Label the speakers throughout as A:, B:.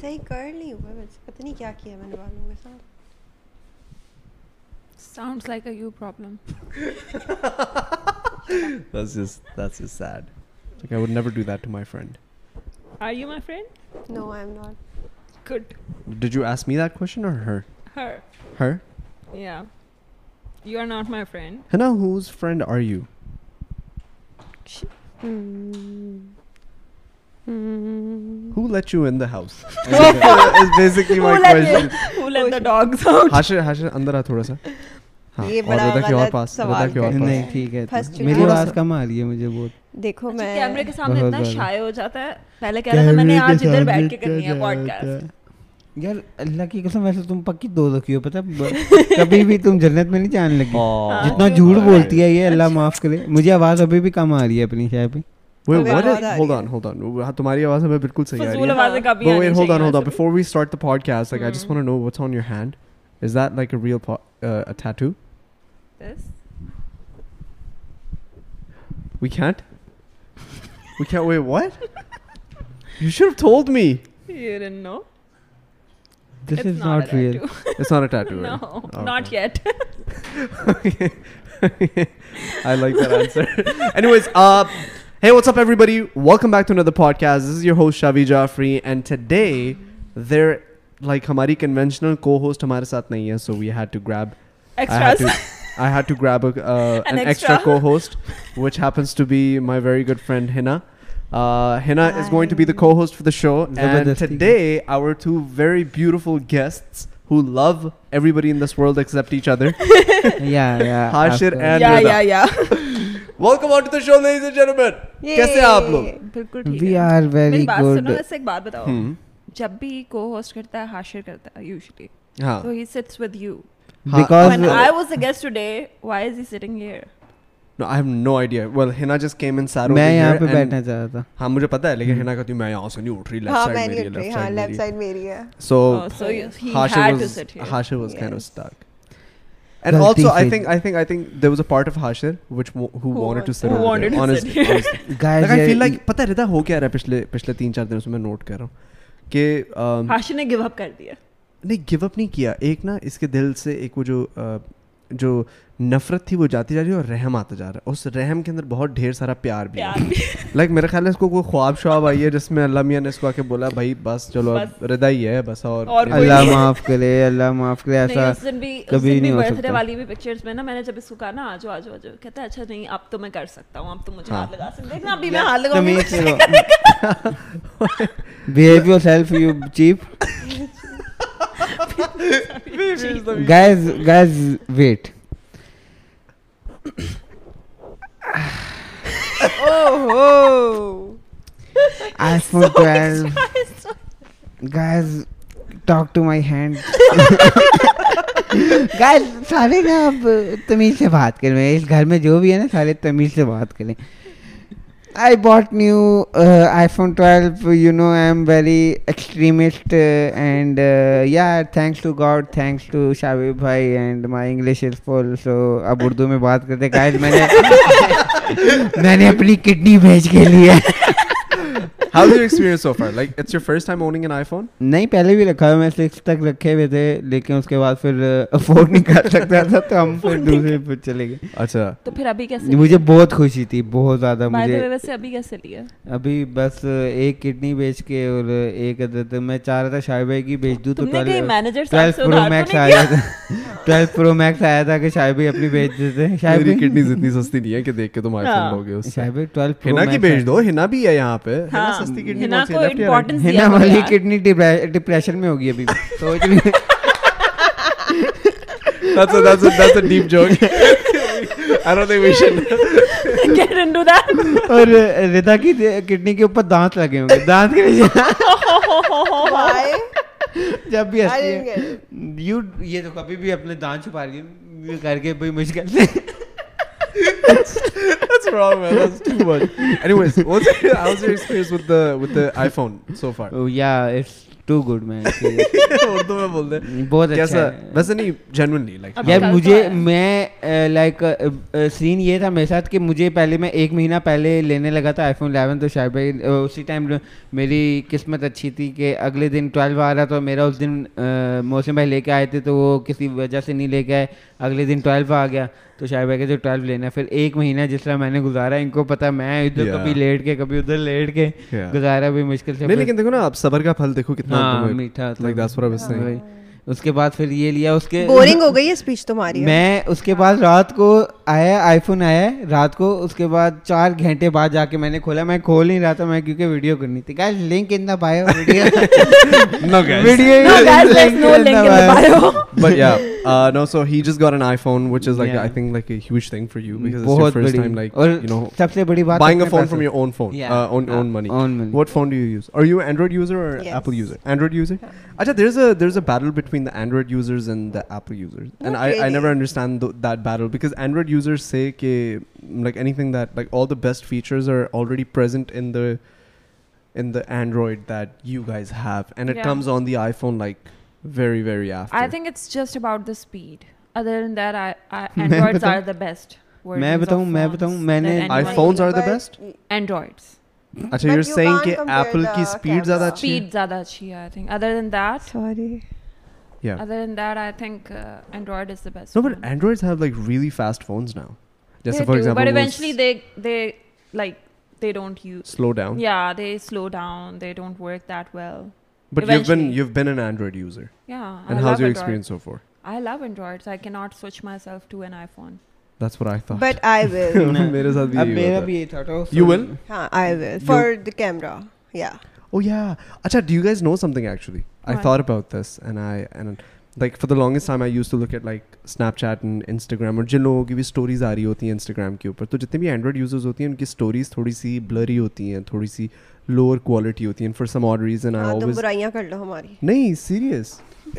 A: صحیح کر لی ہوا میں سے پتہ نہیں کیا کیا میں نے بالوں کے ساتھ
B: sounds like a you problem
C: That's just that's just sad. Like I would never do that to my friend.
B: Are you my friend
A: no I am not
B: good
C: Did you ask me that question or her?
B: Her
C: Her?
B: Yeah you are not my friend
C: Hannah, whose friend are you? Who let you in the house? It's basically my question.
A: Oh,
C: Hashir, Hashir, andar aa thoda sa. haan,
A: یہ
C: aur
A: بڑا
C: Rida ki aur
A: غلط
C: paas, Rida
A: سوال
C: ki aur
A: ہے۔
C: paas.
D: نہیں ٹھیک ہے
A: First you
D: میری
A: know.
D: آواز کم آ رہی ہے مجھے بہت
A: دیکھو میں
B: کیمرے کے سامنے
D: بہت
B: اتنا
D: زیادہ۔
B: شائع ہو جاتا ہے پہلے کہہ رہا تھا میں نے آج ادھر بیٹھ کے کرنی ہے پوڈ کاسٹ
D: یار اللہ کی قسم ویسے تم پکی دو دکھی ہو پتہ کبھی بھی تم جنت میں نہیں جان لگی جتنا جھوٹ بولتی ہے یہ اللہ معاف کرے مجھے آواز ابھی بھی کم آ رہی ہے اپنی شاید بھی
C: Wait,
A: ہمیں
C: what
A: آواز
C: is,
A: آ رہی
C: hold
A: ہے۔
C: on, hold on. وہ- تمہاری آواز ہمیں بالکل صحیح آ رہی
B: فضول
C: ہے۔
B: آوازیں
C: But
B: کبھی
C: wait, hold on, hold on. Before we start the podcast, like I just want to know what's on your hand. Is that like a real po- uh, a tattoo? We can't? We can't wait, what? You should have told me.
B: You done know
D: this is not real
C: It's not a tattoo. right?
B: No
C: Oh,
B: not
C: okay.
B: Yet
C: I like that answer. Anyways, uh, hey, what's up, everybody? Welcome back to another podcast. This is your host Shavi Jaffrey, and today they're like हमारी conventional co-host हमारे साथ नहीं है, so we had to grab. I had to,
B: ایکسٹراس
C: I had to grab a, uh, an,
B: An
C: extra.
B: extra.
C: co-host, which happens to be my very good friend Hina. Uh, Hina is going to be the
A: Hi.
C: co-host for the show, and
D: Zabardasti.
C: today our two very beautiful guests who love everybody in this world except each other.
D: یا یا
C: Hashir and
B: yeah
C: Rida.
B: Yeah یا
C: Welcome on to the show, ladies and gentlemen. कैसे हैं आप लोग?
B: بالکل
D: we are very
B: میری بات
D: گڈ
B: سنو ویسے ایک بات بتاؤ
C: Hmm.
B: جب بھی کو ہوسٹ کرتا ہے حاشر کرتا ہے یوزلی
C: हाँ,
B: تو he sits with you
D: because
B: when I was a guest today, why is he sitting here?
C: no, I have no idea. Well, Hina just came and sat over
D: میں یہاں
C: here
D: پہ
C: and-
D: بیٹھنا چاہ رہا تھا
C: हाँ, मुझे पता है, लेकिन Hina कहती है, मैं यहाँ से नहीं उठ रही, left
A: ہاں
C: side
A: میں
C: मेरी है,
A: نہیں
C: left
A: ہاں
C: side
A: لیفٹ
C: मेरी है।
A: سائڈ میری ہے
C: So,
B: Oh, so you- he
C: Hashir
B: had to
C: was-
B: sit here.
C: Hashir was kind of
A: Yes.
C: stuck. And
D: Well,
C: also, I
D: decent.
C: think, I think, I think there was a part of Hashir which wo- who, wanted to sit
B: who
C: over there,
B: wanted to sit
C: honestly,
B: here.
C: honestly. Like, I feel like, पता है रिदा हो क्या रहा है पिछले पिछले तीन चार दिनों से मैं नोट कर रहा हूँ कि um,
B: حاشر نے گیو اپ کر دیا
C: نہیں گو اپ نہیں کیا ایک نا اس کے دل سے ایک وہ جو آ، جو نفرت تھی وہ جاتی جا رہی ہے اور رحم آتا جا رہا ہے اس رحم کے اندر بہت ڈھیر سارا پیار بھی ہے
B: پیار
C: لائک میرے خیال ہے اس کو کوئی خواب شواب آئی ہے جس میں اللہ میاں نے اس کو آ کے بولا بھائی بس چلو اب ردا ہی ہے بس اور
B: اور کوئی
D: اللہ معاف کرے اللہ معاف کرے ایسا
B: اس دن بھی اس
D: کبھی
B: دن بھی
D: نہیں ہو
B: برتھ ڈے
D: سکتا
B: والی بھی پکچرز میں نا میں نے جب اس کو کہا نا آجو آجو آجو کہتا ہے اچھا نہیں اب تو میں کر سکتا ہوں اب تو مجھے ہاتھ لگا سکتے دیکھنا ابھی میں ہاتھ لگاؤں گی
D: behave yourself you cheap guys guys wait
B: Oh,
A: اوہو
D: iPhone twelve guys talk to my hand guys سارے نا آپ تمیز سے بات کریں اس گھر میں جو بھی ہے نا سارے تمیز سے بات کریں I bought new iPhone twelve you know I am very extremist and yeah thanks to God thanks to Shavi بھائی and my English is full so اب اردو میں بات کرتے گائز میں نے میں نے اپنی کڈنی بھیج کے لیے
C: how do experience so far like it's your first time owning an iPhone
D: نہیں پہلے بھی رکھا ہوا میں سکس تک رکھے ہوئے تھے لیکن اس کے بعد پھر افورڈ نہیں کر سکتا تھا تو ہم پھر دوسرے پہ چلے گئے
C: اچھا
B: تو پھر ابھی کیسے
D: مجھے بہت خوشی تھی بہت زیادہ مجھے
B: ویسے ابھی کیسے لیا
D: ابھی بس ایک کڈنی بیچ کے اور ایک عدد میں چاہ رہا تھا شاہد بھائی کی بیچ دوں تو
B: تم نے کہیں مینیجر
D: ٹویلو پرو میکس آیا تھا ٹویلو پرو میکس آیا تھا کہ شاہد بھائی اپنی بیچ دیتے شاہد
C: میری
D: بھائی
C: کڈنی اتنی سستی نہیں ہے کہ دیکھ کے تم آئی فون
B: हाँ।
C: لوگے اس سے
D: شاہد بھائی ٹویلو
C: ہنا کی
D: پرو
C: بھیج دو ہنا بھی ہے یہاں پہ ہنا سستی کڈنی
B: ہنا کو امپورٹنس
D: ہنا والی کڈنی ڈپریشن میں ہوگی ابھی سوچ رہی
C: deep joke I don't think we should
D: اور ردا کی کڈنی کے اوپر دانت لگے ہوں گے دانت کے نیچے
A: Why?
D: جب بھی
A: I
D: ہنستی
A: didn't
D: ہے
A: get it.
D: یو یہ تو کبھی بھی اپنے دانت چھپا رہی ہے کر کے بھائی مشکل سے
C: That's wrong, man. That's too
D: Oh,
C: much. Anyways, what's how's your experience with the with the iPhone so far?
D: یا it's too good man
C: Urdu میں بول دیں
D: بہت
C: کیسا
D: اچھا
C: ویسے نہیں جینونلی لائک
B: اب
D: یار
B: کل تو
D: مجھے
B: آیا۔
D: میں لائک سین یہ تھا میرے ساتھ کہ مجھے پہلے میں ایک مہینہ پہلے لینے لگا تھا آئی فون الیون تو شاید بھائی اہ، اسی ٹائم میری قسمت اچھی تھی کہ اگلے دن ٹویلو آ رہا تو میرا اس دن اہ، محسن بھائی لے کے آئے تھے تو وہ کسی وجہ سے نہیں لے کے آئے اگلے دن ٹویلو آ گیا تو شاید بھائی کہتے ٹویلو لینا ہے۔ پھر ایک مہینہ جس طرح میں نے گزارا ان کو پتا میں ادھر
C: Yeah.
D: کبھی لیٹ کے کبھی ادھر لیٹ کے
C: Yeah.
D: گزارا بھی مشکل سے
C: نہیں لیکن دیکھو نا آپ صبر کا پھل دیکھو کتنا
D: ہاں میٹھا ہاں،
C: لائک دس فور
D: وہی۔ اس کے بعد پھر یہ لیا اس کے
A: بورنگ ہو گئی ہے اسپیچ تمہاری
D: میں اس کے بعد رات کو آیا آئی فون آیا رات کو اس کے بعد چار گھنٹے بعد جا کے میں نے کھولا میں کھول نہیں رہا تھا میں کیونکہ ویڈیو کرنی تھی guys link in the bio video
B: No, guys, there's no link in the bio.
C: But yeah, uh, no. So he just got an iPhone, which is like
D: Yeah.
C: I think like a huge thing for you because it's your
D: بہت
C: first
D: بڑی
C: time like
D: اور
C: you know
D: سب سے بڑی بات
C: buying a phone from your own phone,
D: Yeah.
C: uh, own own
D: Uh,
C: money.
D: own money.
C: What phone do you use? Are you an Android user or
A: Yes.
C: Apple user? Android user. Acha, there's a there's a battle between the Android users and the Apple users, and
A: Not
C: I, I
A: really.
C: never understand th- that battle because Android users say ke, like anything that like all the best features are already present in the in the Android that you guys have, and it
B: Yeah.
C: comes on the iPhone like very very after.
B: I think it's just about the speed. Other than that, I, I
D: मैं
B: Androids
D: बताऊं-
B: are the best.
D: मैं
B: versions of
D: बताऊं- मैं
B: phones
D: बताऊं, मैंने-
B: that anyone-
C: iPhone- phones are the
A: But-
C: best?
B: Androids.
C: اچھا
A: But
C: you
A: you
C: seeing
A: can't
C: کہ
A: compare
C: Apple
A: the
C: کی اسپیڈ زیادہ
A: camera.
C: اچھی
B: Speed زیادہ اچھی ہے I think. Other than that,
A: Sorry.
C: ہے
B: other than that, I think uh, Android is the best.
C: No
B: one.
C: But Android have like really fast phones now جیسے
B: They
C: for
B: do, but eventually
C: example
B: they they like they don't use.
C: Slow down
B: Yeah, they slow down. They don't work that well.
C: But you been
B: eventually.
C: You been an Android user
B: Yeah, I
C: and
B: love
C: how's your
B: Android.
C: Experience so far
B: I love Androids. I cannot switch myself to an iPhone.
C: That's far I thought
A: But I will.
C: میرے ساتھ بھی
D: اب
C: یہی
D: میرا
C: ہوتا ہے
D: بھی یہ تھا
C: You will?
A: ہاں I will. For the camera. Yeah.
C: Oh yeah. Acha, do you guys know something actually? I
B: What?
C: thought about this and I and like for the longest time I used to look at like Snapchat and Instagram और जिन लोगों की भी stories आ रही होती हैं Instagram के ऊपर तो जितने भी Android users होती हैं उनकी stories थोड़ी सी blurry होती हैं थोड़ी सी lower quality ہوती हैं for some odd reason I
A: ہاں تم
C: always
A: برائیاں کر لو ہماری
C: نہیں serious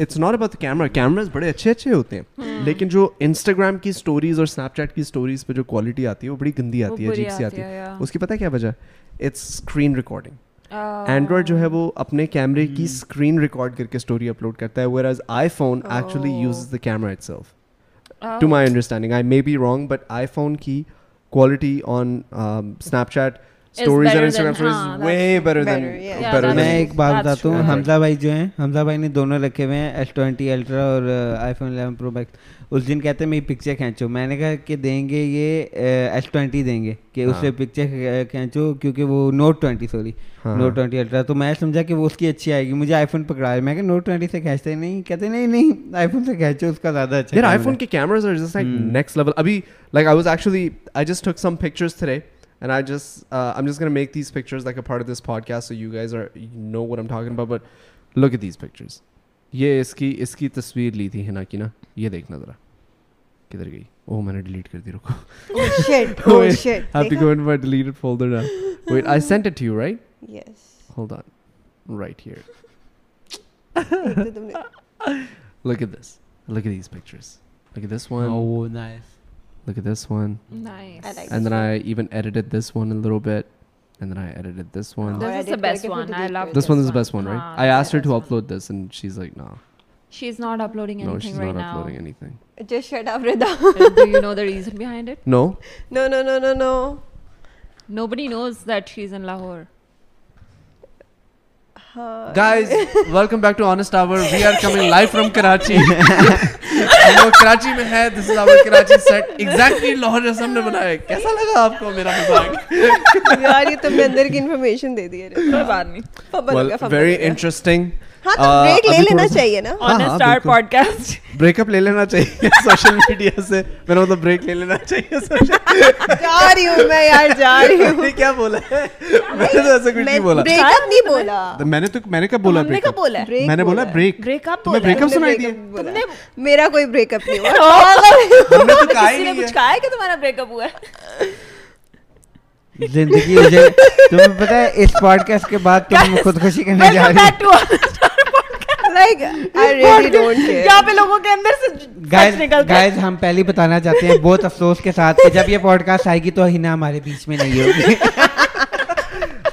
C: it's not about the camera cameras بڑے اچھے اچھے ہوते
B: ہاں۔
C: ہیں لیکن جو Instagram کی stories और Snapchat کی stories पे जो quality आती है वो बड़ी गंदी
B: वो
C: आती है
B: बुरी
C: अजीब सी आती
B: आती
C: है
B: है, yeah.
C: उसकी पता है क्या वजह it's screen recording
B: Uh,
C: Android جو ہے وہ اپنے کیمرے کی اسکرین ریکارڈ کر کے اسٹوری اپلوڈ کرتا ہے whereas iPhone actually use the camera itself
B: oh,
C: to my understanding I may be wrong but iPhone کی um, quality on Snapchat
B: Is
C: stories
B: better
C: and
B: than-
C: Instagram
B: हाँ,
C: stories
B: that's
C: way better than
A: Better, yeah.
B: Yeah,
C: better
B: that's-
D: میں
C: than
D: ایک بات
B: That's
D: بتاتا ہوں
B: true.
D: حمزہ بھائی جو ہیں حمزہ بھائی نے دونوں رکھے ہوئے ہیں ایس ٹوینٹی الٹرا اور iPhone eleven pro max اس دن کہتے ہیں میری پکچر کھینچو میں نے کہا کہ دیں گے یہ ایس ٹوینٹی دیں گے کہ اس سے پکچر کھینچو کیونکہ وہ نوٹ ٹوینٹی سوری
C: ہاں۔
D: نوٹ ٹوینٹی الٹرا تو میں سمجھا کہ وہ اس کی اچھی آئے گی مجھے آئی فون پکڑا میں کہ نوٹ ٹوینٹی سے کھینچتے نہیں کہتے نہیں نہیں آئی فون سے کھینچو اس کا زیادہ
C: یار
D: اچھا
C: آئی فون کے cameras are just like next level ابھی like I was actually I just took some pictures تھے and I just I just gonna make these pictures like a part of this podcast so you guys are know what I'm talking about but look at these pictures یہ اس کی اس کی تصویر لی تھی ہنا کی نا یہ دیکھنا ذرا کدھر گئی اوہ میں نے ڈیلیٹ کر دی رکو
A: Oh, shit oh shit
C: have to go in my deleted folder wait I sent it you right
A: yes
C: hold on right here
A: تم نے
C: لک at this look at these pictures look at this one
D: اچھا
C: look at this one
B: nice.
A: I like
C: and then I even edited this one a little bit, and then I edited this one.
A: Oh.
B: This is the
A: Edit
B: best
A: करके फिर
B: one. I
A: delete
B: love
A: कर
C: this one is the
B: one.
C: best one, right?
B: हाँ,
C: I
B: this is
C: asked her
B: the
C: to
B: best
C: upload this, and she's like, "No,
B: She's not uploading
C: no,
B: anything
C: she's
B: right
C: not
B: now.
C: uploading anything.
A: Just shut up, Rida.
B: And Do you know the reason behind it?
C: No,
A: No, no, no, no, no.
B: Nobody knows that she's in Lahore.
A: हाँ.
C: guys, welcome back to Honest Hour. We are coming live from Karachi. हम लोग कराची में हैं. This is our Karachi set. Exactly Lahore जैसा हमने बनाया है. कैसा लगा आपको मेरा मजाक?
A: यार ये तुमने अंदर की इन्फॉर्मेशन दे दी है
B: कोई बात नहीं
A: फंबल हो गया फंबल
C: very
A: हो गया।
C: interesting.
A: हाँ तो
C: Uh,
A: ब्रेक ले
C: अभी
A: लेना
C: थोड़ा सा-
A: चाहिए ना
C: हाँ,
B: ऑन
C: हाँ,
B: स्टार
C: बिल्कुल।
B: पॉडकास्ट
C: ब्रेकअप ले लेना चाहिए सोशल मीडिया से मेरा मतलब ब्रेक ले लेना चाहिए social-
A: जा रही हूँ मैं यार जा रही हूँ
C: نے کیا بولا ہے میں نے تو ایسا کچھ نہیں بولا
A: ब्रेक अप नहीं बोला
C: میں نے تو میں نے کب بولا
B: हमने कब बोला है
A: break
C: میں نے
A: बोला
C: बोला
A: है।
C: ब्रेक
B: ब्रेक अप
C: तुम्हें
B: बोला है
A: तुमने
C: breakup सुनाई
A: breakup
C: दिया?
A: बोला।
B: तुमने
A: मेरा कोई ब्रेकअप नहीं हुआ
C: हमने तो कहा
B: किसी
C: ही
B: ने
C: नहीं
B: कुछ कहा है कि तुम्हारा ब्रेकअप हुआ है
D: زندگی تمہیں پتا ہے اس پوڈ کاسٹ کے بعد تم خودکشی کرنے جا
B: वेलकम
D: رہی
B: back to
A: like I really don't
B: यहाँ
A: केयर
B: पे लोगों के अंदर से
D: گائز
B: सच निकलता है
D: گائز ہم پہلے بتانا چاہتے ہیں بہت افسوس کے ساتھ کہ جب یہ پوڈ کاسٹ آئے گی تو ہینا ہمارے بیچ میں نہیں ہوگی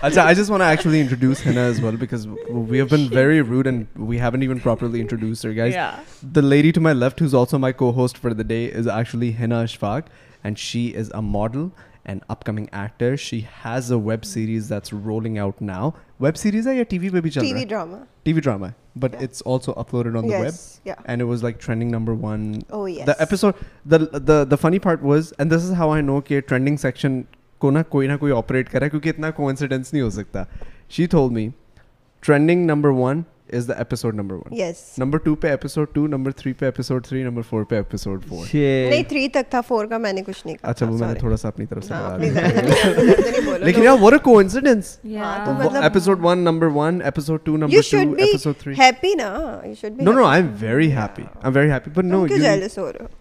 C: Acha, I just want to actually introduce Hina as well because we have been very rude and we haven't even properly introduced her, guys.
B: Yeah.
C: The lady to my left, who's also my co host for the day, is actually Hina Ashfaq, and she is a model and upcoming actor. She has a web series that's rolling out now. Web series hai ya TV baby chal
A: TV
C: raha
A: drama.
C: hai? TV drama. But it's also uploaded on the web
A: Yes. Yeah.
C: and it was like trending number one.
A: Oh, yes.
C: The episode, the the the funny part was, and this is how I know कि trending section को ना कोई ना कोई operate कर रहा है क्योंकि इतना coincidence नहीं हो सकता. She told me, trending number one is the episode number one.
A: Yes.
C: Number two पे episode two, number three पे episode three, number four पे episode four.
A: نہیں تھری تک تھا فور کا میں نے کچھ نہیں کہا
C: अच्छा
A: تھا،
C: वो मैंने
A: sorry.
C: थोड़ा सा अपनी तरफ से
A: ہاں،
C: बढ़ा
A: اپنی
C: दिया.
A: طرف سے ادھر ہی بولو۔
C: लेकिन यार what a coincidence.
A: تو
B: Yeah.
A: وہ- मतलब-
C: Episode one number one, episode two number
A: You
C: two,
A: should be
C: episode three.
A: happy na. You should be
C: No, no,
A: happy.
C: I'm very happy. I'm very happy. But no,
A: تم کیوں
C: you-
A: jealous ہو رہے ہو؟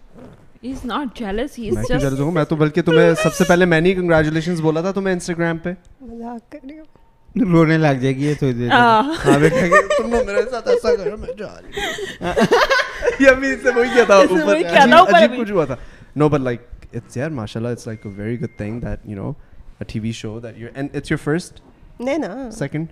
B: He's not jealous. He's
C: میں کیوں jealous
B: just.
C: ہوں میں تو بلکہ تمہیں سب سے پہلے میں نے کنگریچولیشن بولا تھا تمہیں انسٹاگرام پہ
A: مذاق کر رہی ہو۔
D: رونے لگ جائے گی یہ تھوڑی دیر میں۔
B: Ah.
C: ہاں بیٹا تم نے میرے ساتھ ایسا کرا میں جا رہی یہ ابھی اس سے وہی کیا تھا
B: اس سے
C: اوپر
B: وہی کیا تھا،
C: عجیب
B: اوپر
C: عجیب
B: ابھی۔
C: کچھ ہوا تھا نو بٹ لائک اٹس یار ماشاء اللہ it's like a very good thing that you know a TV show that you're and it's your first
A: نہیں نا
C: second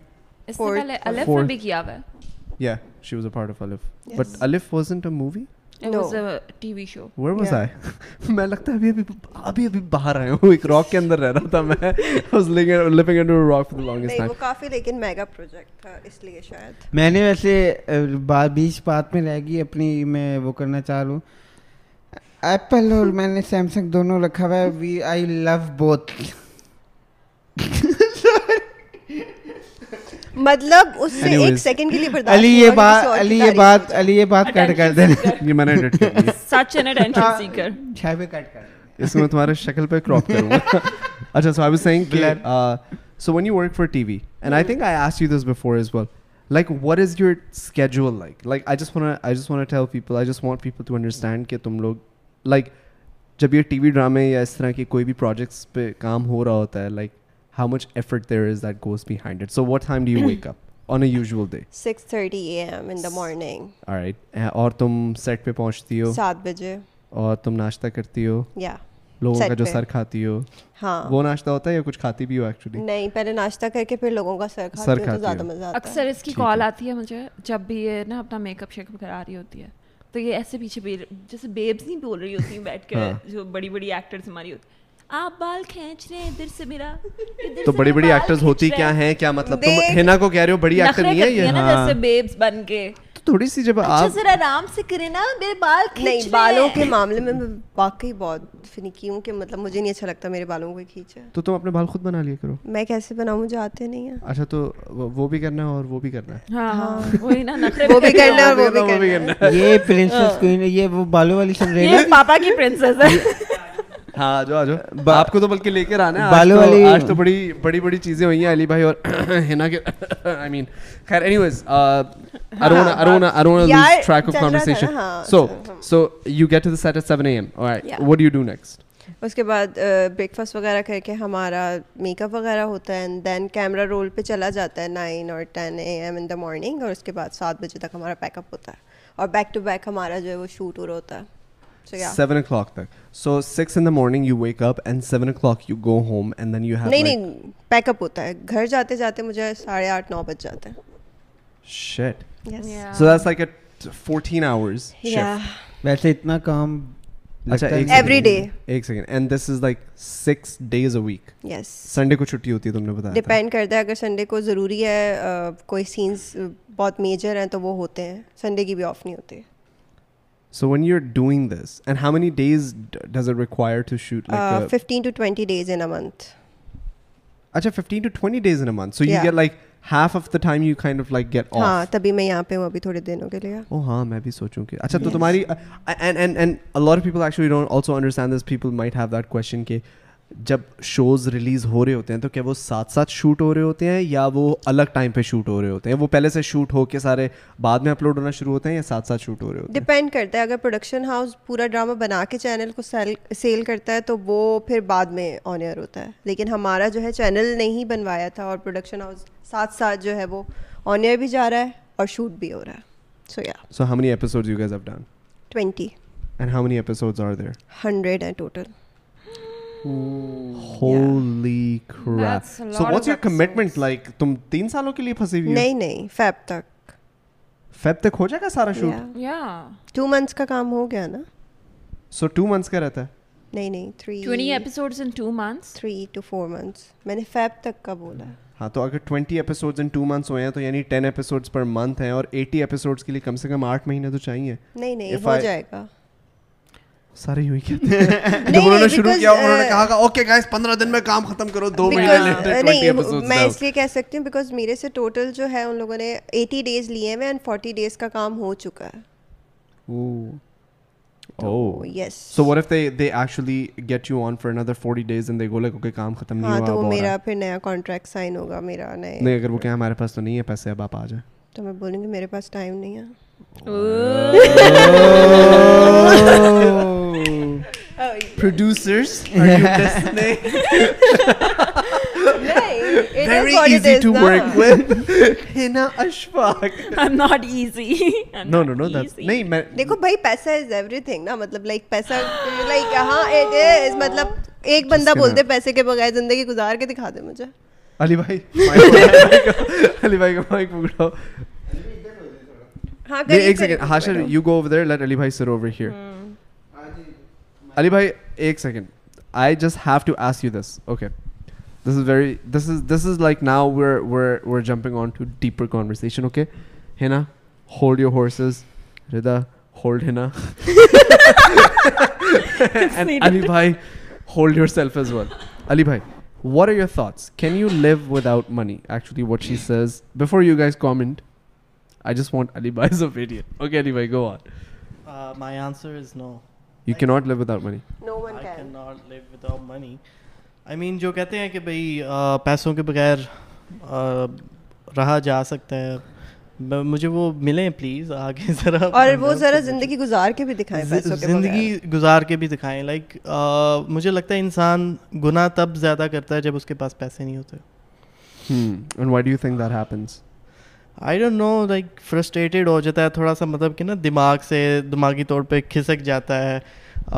B: اس سے
A: Fourth-
B: پہلے الف میں
C: fourth.
B: بھی کیا ہوا ہے
C: yeah she was a part of Alif but
A: Yes.
C: Alif wasn't a movie
B: It
A: No.
B: was a TV show.
C: where was
A: Yeah.
C: I میں لگتا ہے ابھی ابھی ابھی ابھی باہر آیا ہوں ایک راک کے اندر رہ رہا تھا میں I was living living under a rock for the longest
A: نہیں
C: time
A: وہ کافی لیکن میگا پروجیکٹ تھا اس لیے شاید
D: میں نے ویسے اہ، با- بیچ بات میں رہ گئی اپنی میں وہ کرنا چاہ رہا ہوں ایپل اور میں نے سیمسنگ دونوں رکھا ہوا ہے وی آئی لو بوتھ
A: مطلب اس سے
C: Anyways.
A: ایک سیکنڈ کے لیے برداشت
D: علی
A: نہیں
D: یہ
A: ہوا،
D: بات
A: کسی اور کی
D: علی یہ
A: تعریف
D: بات
A: کی۔
D: علی یہ بات کٹ کر دینا
C: یہ میں نے edit کر دی ہے۔
B: Such an attention seeker.
D: شاید کٹ کر دینا
C: اس میں تمہارے شکل پہ کراپ کروں گا اچھا so I was saying so when you work for TV and I think I آس you this before is well like what is your schedule like like I just I just want tell people I just want people to understand کہ تم لوگ like جب یہ T V ڈرامے یا اس طرح کے کوئی بھی پروجیکٹس پہ کام ہو رہا ہوتا ہے like how much effort there is that goes behind it so what time do you wake up on a usual day
A: 6:30 a.m. in the morning
C: right اور تم سیٹ پہ پہنچتی ہو
A: 7 بجے
C: اور تم ناشتہ کرتی ہو
A: یا
C: لوگوں
A: Set
C: کا جو
A: پہ۔
C: سر کھاتی ہو
A: ہاں
C: وہ ناشتہ ہوتا ہے یا کچھ کھاتی بھی ہو ایکچولی
A: نہیں پہلے ناشتہ کر کے پھر لوگوں کا سر
C: سر
A: کھاتی ہوں تو
C: کھاتی
A: زیادہ
C: ہوں۔
A: مزہ آتا
B: اکثر
A: ہے
B: اس کی کال آتی ہے مجھے جب بھی یہ نا اپنا میک اپ شیک اپ کرا رہی ہوتی ہے تو یہ ایسے پیچھے بے- جیسے بیبس نہیں بول رہی ہوتی ہیں بیٹھ
C: ہاں۔
B: کے جو بڑی بڑی ایکٹرز ہماری ہوتی آپ بال کھینچ رہے ہیں ادھر سے میرا
C: تو بڑی بڑی ایکٹرز ہوتی کیا ہیں کیا مطلب تم
A: دیکھ-
C: ہینا کو کہہ رہے ہو بڑی ایکٹر نہیں ہے یہ ہاں۔
B: جیسے بیبس بن کے
C: تو تھوڑی سی جب
B: اچھا
C: آپ
B: ذرا آرام سے کرے نا میرے بال
A: نہیں بالوں کے معاملے میں میں واقعی بہت فنکی ہوں کہ مطلب مجھے نہیں اچھا لگتا میرے بالوں کو کوئی کھینچے
C: تو تم اپنے بال خود بنا لیا کرو
A: میں کیسے بناؤں مجھے آتے نہیں ہیں
C: اچھا تو وہ بھی کرنا ہے اور وہ بھی کرنا ہے
B: ہاں ہاں وہی نا نخرے
A: وہ بھی کرنا ہے اور وہ بھی کرنا ہے۔
D: یہ پرنسس کوئین یہ وہ بالو والی سن رہی
B: یہ پاپا کی پرنسس ہے
C: ہاں جو آجو آپ کو تو بلکہ لے کر آنا
D: بالوں
C: ہے
D: والی-
C: آج تو بڑی بڑی بڑی چیزیں ہوئی ہیں علی بھائی اور ہینا کے آئی مین خیر anyways ارونا ارونا ارونا lose track of conversation so so you get to the set at 7 M alright what do you do next
A: اس کے بعد بریک فاسٹ وغیرہ کر کے ہمارا میک اپ وغیرہ ہوتا ہے اینڈ دین کیمرہ رول پہ چلا جاتا ہے نائن اور ten A M in the morning اور اس کے بعد سات بجے تک ہمارا پیک اپ ہوتا ہے اور بیک ٹو بیک ہمارا جو ہے وہ شوٹ ہو رہا ہوتا ہے so yeah
C: seven o'clock تک so six in the morning you wake up and seven o'clock you go home and then you
A: نہیں
C: ہیو
A: نہیں پیک اپ ہوتا ہے گھر جاتے جاتے مجھے ساڑھے آٹھ نو بج جاتے
C: شٹ
A: ہیں
C: so that's like a fourteen hours
A: یا
D: ویسے اتنا کام
C: اچھا
A: Every day.
C: ایک second and this is like six days a week
A: yes
C: Sunday کو چھٹی ہوتی ہے تم نے بتایا
A: ڈپینڈ کرتا ہے اگر سنڈے کو ضروری ہے کوئی سینس بہت میجر ہیں تو وہ ہوتے ہیں سنڈے کی بھی آف نہیں ہوتی
C: so when you are doing this and how many days does it require to shoot like
A: fifteen to twenty days in a month
C: اچھا fifteen to twenty days in month so you get like half of the time you kind of like get off
A: ہاں تبھی میں یہاں پہ ہوں ابھی تھوڑے دنوں کے لیے
C: او ہاں میں بھی سوچوں کہ اچھا تو تمہاری lot of people actually don't also understand this people might have that question کہ جب شوز ریلیز ہو رہے ہوتے ہیں تو کیا وہ ساتھ ساتھ شوٹ ہو رہے ہوتے ہیں یا وہ الگ ٹائم پہ شوٹ ہو رہے ہوتے ہیں وہ پہلے سے شوٹ ہو کے سارے بعد میں اپلوڈ ہونا شروع ہوتے ہیں یا ساتھ ساتھ شوٹ ہو رہے ہوتے ہیں
A: ڈپینڈ کرتا ہے اگر پروڈکشن ہاؤس پورا ڈرامہ بنا کے چینل کو سیل سیل کرتا ہے تو وہ پھر بعد میں آن ایئر ہوتا ہے لیکن ہمارا جو ہے چینل نے ہی بنوایا تھا اور پروڈکشن ہاؤس ساتھ ساتھ جو ہے وہ آن ایئر بھی جا رہا ہے اور شوٹ بھی ہو رہا ہے so yeah
C: so how many episodes you guys have done
A: twenty
C: and how many episodes are there
A: hundred ہے total
C: Holy crap.
E: That's a
C: So
E: lot
C: what's
E: of
C: your commitment
E: episodes.
C: like? तुम तीन सालों के लिए फंसी हुई हो?
A: नहीं नहीं फैब तक
C: फेब तक हो जाएगा सारा शूट?
B: Yeah.
A: टू मंथ्स का काम हो गया ना
C: So two months का रहता है?
A: नहीं नहीं three
B: 20 episodes in two months.
A: Three two four months मैंने फैब तक का बोला है।
C: हाँ तो अगर 20 एपिसोड्स इन टू मंथ्स हुए हैं तो यानी 10 एपिसोड्स पर मंथ हैं और 80 एपिसोड्स के लिए कम से कम आठ महीने तो चाहिए
A: नहीं नहीं
C: If
A: हो
C: I-
A: जाएगा
C: सारे यूं ही कहते हैं
A: नहीं,
C: जब उन्होंने शुरू
A: because,
C: किया उन्होंने
A: uh,
C: कहा ओके गाइस 15 दिन में काम खत्म करो दो महीने
A: Because- uh,
C: लेटर
A: नहीं
C: 20
A: वो-
C: एपिसोड्स
A: मैं
C: डाल
A: इसलिए कह सकती हूँ बिकॉज मेरे से टोटल जो है उन लोगों ने 80 डेज लिए हैं एंड 40 डेज का काम हो चुका है
C: oh
A: yes
C: so what if they they actually get you on for another 40 days and they go like okay काम खत्म नहीं
A: हाँ
C: हुआ
A: तो वो
C: अब और
A: मेरा
C: है।
A: फिर नया कॉन्ट्रैक्ट साइन होगा मेरा नए
C: नहीं अगर वो कहे हमारे पास तो नहीं है पैसे अब आप आ जाए
A: तो मैं बोलूँगी मेरे पास टाइम नहीं है Oh.
C: Producers, are you listening? Very easy to work with. Hina Ashfaq.
B: I'm not easy. I'm
C: No,
B: not
C: no, no. That's
B: easy.
C: नहीं मैं
A: देखो भाई पैसा इज एवरीथिंग ना मतलब लाइक पैसा लाइक हाँ इट इज मतलब एक बंदा
C: Just
A: बोलते
C: gonna-
A: पैसे के बगैर जिंदगी गुजार के दिखा दे मुझे
C: अली भाई mic- अली भाई का mic पकड़ाओ
A: हाँ
C: नहीं
A: करीब-
C: एक सेकंड
A: करीब
C: हाशर
A: बैठो।
C: You go over there let Ali भाई sit over here
B: Hmm.
C: Ali bhai, ek second. I just have to ask you this. Okay. This is very this is this is like now we're we're we're jumping on to deeper conversation, okay? Hina, hold your horses. Rida, hold Hina. and Ali bhai, hold yourself as well. Ali bhai, what are your thoughts? Can you live without money? Actually what she says. Before you guys comment, I just want Ali bhai's opinion. Okay, Ali bhai, go on.
F: Uh, my answer is no.
C: You cannot live without money.
A: No one
F: I
A: can.
F: cannot live without money. I mean जो कहते हैं कि भाई uh, पैसों के बगैर uh, रहा जा सकता है म- मुझे वो मिले प्लीज आगे जरा
A: और वो
F: मतलब
A: जरा
F: कि
A: जिंदगी गुजार के भी दिखाएं
F: जि-
A: पैसों के
F: जिंदगी
A: बगैर
F: गुजार के भी दिखाएं लाइक मुझे लगता है इंसान गुनाह तब ज्यादा करता है जब उसके पास पैसे नहीं होते
C: Hmm. And why do you think that happens?
F: I don't know like frustrated हो जाता है थोड़ा सा मतलब कि ना दिमाग से दिमागी तौर पे खिसक जाता है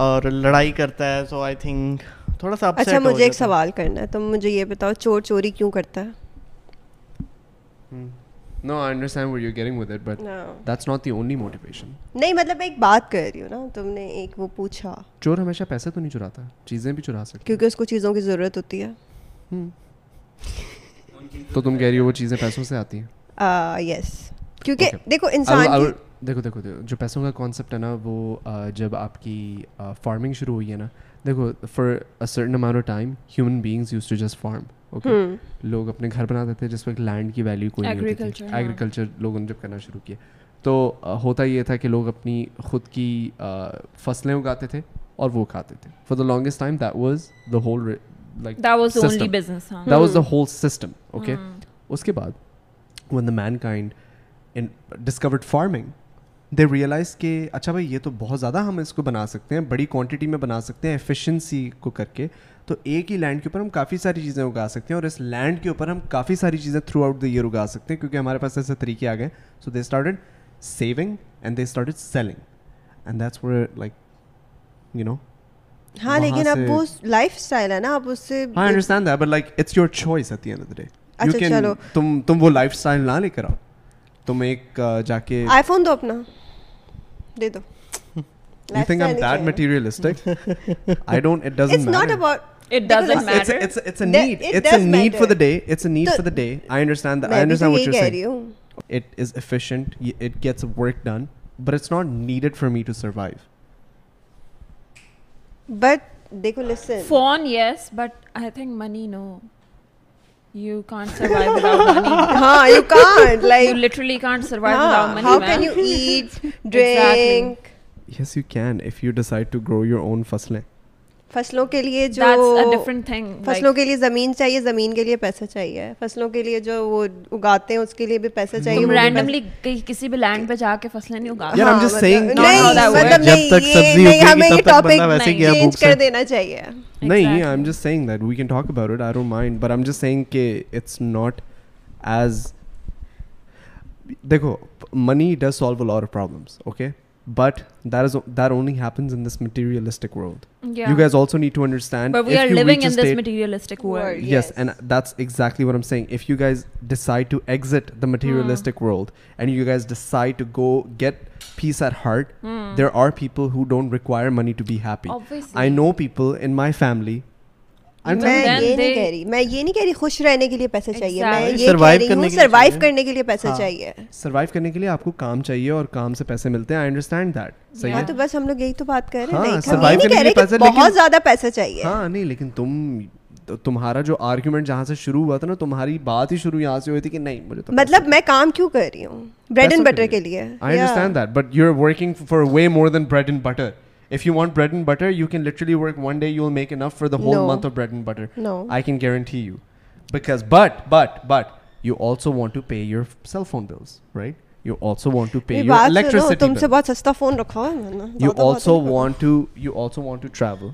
F: और लड़ाई करता है सो आई थिंक थोड़ा सा
B: اچھا،
F: upset
A: अच्छा
F: हो
A: मुझे एक
F: जाता है।
A: सवाल करना है तुम मुझे ये बताओ चोर चोरी क्यों करता है
C: No, I understand where you're getting with it, but that's not the only motivation.
A: नहीं
B: مطلب
A: मतलब मैं एक बात कर रही हूँ ना तुमने एक वो पूछा
C: चोर हमेशा पैसे तो नहीं चुराता चीजें भी चुरा सकता
A: क्योंकि उसको चीज़ों की ज़रूरत होती है
C: है। तो तुम कह रही हो वो चीजें पैसों से आती हैं
A: यस क्योंकि
C: Okay.
A: देखो
C: I will- I
A: इंसान
C: will- देखो देखो देखो जो पैसों का कॉन्सेप्ट है ना वो uh, जब आपकी फार्मिंग शुरू हुई है ना देखो for a certain amount of time human beings used to just farm okay लोग अपने घर बनाते थे जिस वक्त लैंड की वैल्यू कोई नहीं होती
B: Agriculture,
C: थी
B: हाँ।
C: एग्रीकल्चर लोगों ने जब करना शुरू किया तो अ, होता ये था कि लोग अपनी खुद की अ, फसलें उगाते थे और वो खाते थे for the longest time that was the whole like
B: That was the only business, huh?
C: that was the whole system okay उसके बाद when the mankind in discovered farming they realized اچھا कि अच्छा भाई ये तो बहुत ज़्यादा हम इसको बना सकते हैं बड़ी क्वांटिटी में बना सकते हैं efficiency को करके तो एक ही लैंड के ऊपर हम काफ़ी सारी चीज़ें उगा सकते हैं और इस लैंड के ऊपर हम काफ़ी सारी चीज़ें थ्रू आउट द ईयर उगा सकते हैं क्योंकि हमारे पास ऐसे तरीके आ गए so they started saving and they started selling and that's where like you know
A: हाँ
B: ہاں،
C: वहाँ
A: लेकिन अब
C: से-
A: वो लाइफ स्टाइल है ना आप उससे
C: I understand that, but like it's your choice at the end of the day. You
A: अच्छा,
C: can
A: चलो।
C: तुम तुम वो lifestyle ना लेकर आओ. तुम एक uh, जाके
A: आईफोन दो अपना दे दो
C: You think I'm that materialistic? I don't. It doesn't
A: it's not
C: matter.
A: About
B: It doesn't
A: Because
C: it's,
B: matter.
C: a, it's, a, it's a
A: That-
C: need.
A: it
C: it's a
A: does
C: need for
A: matter.
C: the day. It's a need
A: तो-
C: for the day. I understand that. I
A: मैं भी तो
C: understand what
A: यही
C: you're
A: कह रही
C: saying.
A: हूँ
C: It is efficient. y- It gets work done, but it's not needed for me to survive.
A: But देखो listen
B: Phone, yes, but I think money, no. You can't survive without money.
A: हाँ you can't
B: ہاں، You
A: like
B: literally can't ہاں، survive without money,
A: how
B: man.
A: Can you eat drink
C: Yes, you can if you decide to grow your own fasle.
A: फसलों के लिए जो
B: That's a different thing.
A: फसलों
B: like,
A: के लिए जमीन चाहिए जमीन के लिए पैसा चाहिए फसलों के लिए जो वो उगाते हैं उसके लिए भी पैसा चाहिए
B: तुम
A: वो भी पैसा-
B: randomly कहीं- किसी भी land पे जाके फसलें नहीं उगा
C: Yeah, I'm
A: हाँ,
C: just
A: मतलब-
C: saying-
B: Not how that
A: नहीं मतलब
B: works.
A: नहीं
F: जब तक
A: ये
F: सब्जी
A: नहीं
F: उगेगी,
A: हमें
F: तब
A: ये
F: तक
A: टॉपिक
F: बंदा वैसे
B: नहीं,
F: ही गया
A: चेंज
F: भूख
A: कर
F: से
A: देना चाहिए
C: Nahi,
B: Exactly.
C: I'm just saying that we can talk about it. I don't mind, but I'm just saying ke it's not as. देखो, money does solve a lot of problems. Okay, But that is that only happens in this materialistic world.
B: Yeah.
C: You guys also need to understand.
B: but we
C: if
B: are
C: you
B: living
C: reach a
B: in this
C: state-
B: materialistic
A: World.
B: world.
C: Yes.
A: Yes.
C: and that's exactly what I'm saying. If you guys decide to exit the materialistic
B: Hmm.
C: world and you guys decide to go get peace at heart, there are people who don't require money to be happy.
B: Hmm. Obviously.
C: I know people in my family. I'm
A: میں
C: telling you.
A: یہ
B: Then
A: نہیں
B: they-
A: کہہ رہی میں یہ نہیں کہہ رہی خوش رہنے کے لیے پیسے چاہیے میں
B: Exactly.
A: یہ کہہ
F: Survive
A: رہی
F: کرنے
A: ہوں
F: کے لیے
A: سروائیو
F: چاہیے۔
A: کرنے کے لیے پیسے
F: ہاں۔
A: چاہیے
C: survive کرنے کے لیے آپ کو کام چاہیے اور کام سے پیسے ملتے ہیں. I understand that. صحیح
A: ہاں
C: ہے
A: تو بس ہم لوگ یہی تو بات کر رہے
C: ہاں،
A: ہیں نہیں، ہم
C: survive
A: یہ نہیں
C: کرنے
A: کہہ
C: کے
A: رہے
C: لیے پیسے،
A: کہ
C: لیکن-
A: بہت زیادہ پیسے چاہیے
C: ہاں نہیں لیکن تم تمہارا جو آرگیومنٹ جہاں سے شروع ہوا تھا نا تمہاری بات ہی شروع یہاں سے ہوئی تھی کہ نہیں مجھے تو
A: مطلب میں کام کیوں کر رہی ہوں
C: ہاں،
A: بریڈ اینڈ بٹر کے لیے
C: I understand that but you are working for way more than bread and butter if you want bread and butter you can literally work one day you will make enough for the whole
A: No.
C: Month of bread and butter
A: No.
C: I can guarantee you because but but but you also want to pay your cell phone bills right you also want to pay
A: یہ
C: your
A: بات سنو تم سے
C: electricity
A: بہت سستا phone رکھا ہوا ہے میں نے
C: یو
A: زیادہ بات
C: آلسو
A: نہیں
C: want to you also want to travel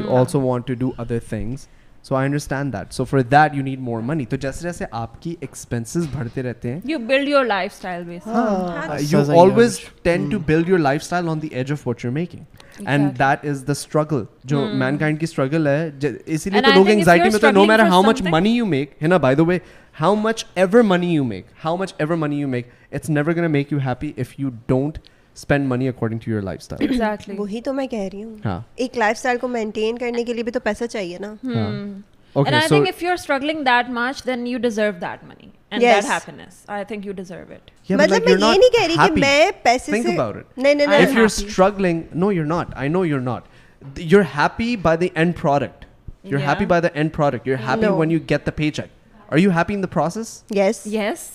C: you also want to do other things so I understand that so for that you need more money تو جیسے جیسے آپ کی ایکسپینسز بڑھتے رہتے ہیں
B: You build your lifestyle basically.
F: ہاں،
C: you
F: Saza
C: always
F: Yavich.
C: tend to build your lifestyle on the edge of what you're making and
B: Exactly. Hmm.
C: that is the struggle جو مین کائنڈ کی struggle ہے ج- اسی لیے
B: And
C: تو
B: I
C: لوگ
B: think if
C: anxiety
B: you're
C: میں تو no
B: struggling
C: matter
B: for
C: how much
B: something-
C: money you make ہے نا by the way how much ever money you make how much ever money you make it's never gonna make you happy if you don't spend money according to your lifestyle
A: کرتا۔
B: Exactly.
A: وہی تو میں کہہ رہی ہوں
C: ہاں
A: ایک lifestyle کو مینٹین کرنے کے لیے بھی تو پیسہ چاہیے نا
B: Hmm. And
C: okay
B: I
C: so
B: think if you're struggling that much, then you deserve that money and
A: Yes.
B: that happiness. I think you deserve it.
A: مطلب میں یہ نہیں کہہ رہی کہ میں پیسے
C: تھنک
A: سے
C: اباؤٹ اٹ
A: نہیں نہیں
C: if
A: نہیں
C: you're
B: happy.
C: struggling no you're not i know you're not Th- you're happy by the end product you're
B: Yeah.
C: happy by the end product you're happy
A: No.
C: when you get the paycheck are you happy in the process
A: yes
B: Yes.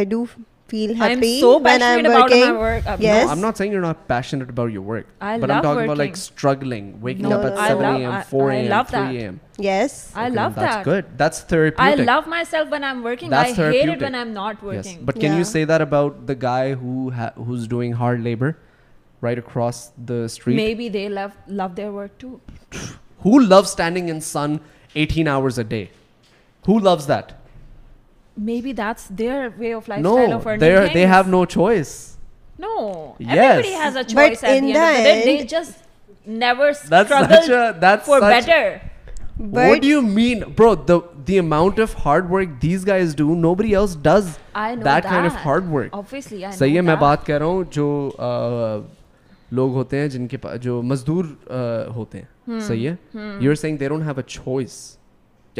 A: I do feel
B: I'm
A: happy
B: so
A: when I
B: passionate
A: am
B: about my
A: working
B: work. Uh,
A: Yes.
C: i'm not saying you're not passionate about your work
B: I
C: but i'm
B: love
C: talking about like
B: working.
C: struggling waking
A: No,
C: up
A: no,
C: at
A: no. I
C: 7
B: love-
C: a.m
B: I-
C: 4
B: I
C: a.m
B: love
C: 3
B: that.
C: a.m
A: yes
B: I
C: Okay,
B: love
C: that's
B: that.
C: good that's
B: I
C: therapeutic
B: love myself when I'm working.
C: That's
B: I hate it
C: therapeutic.
B: when I'm not
C: yes
B: working.
C: but can you
A: Yeah.
C: say that about the guy who ha- who's doing hard labor right across the street
B: Maybe they love love their work too.
C: who loves standing in sun 18 hours a day who loves that
B: Maybe that's their way of lifestyle
C: no
B: of earning
C: they they
B: things.
C: have no choice
B: No,
C: Yes.
B: everybody has a choice at
A: in
B: the end of the
A: the
B: day. They
A: end-
B: just never
C: that's
B: struggled
C: such a that's
B: for
C: such,
B: better.
C: what
A: but
C: do you mean bro the the amount of hard work these guys do nobody else does
B: I know
C: that kind of
B: that.
C: hard work
B: Obviously, I
C: صحیح ہے
B: know
C: میں
B: that.
C: بات کر رہا ہوں جو آہ، لوگ ہوتے ہیں جن کے پا- جو مزدور آہ، ہوتے
B: Hmm,
C: ہیں صحیح ہے you are saying they don't have a choice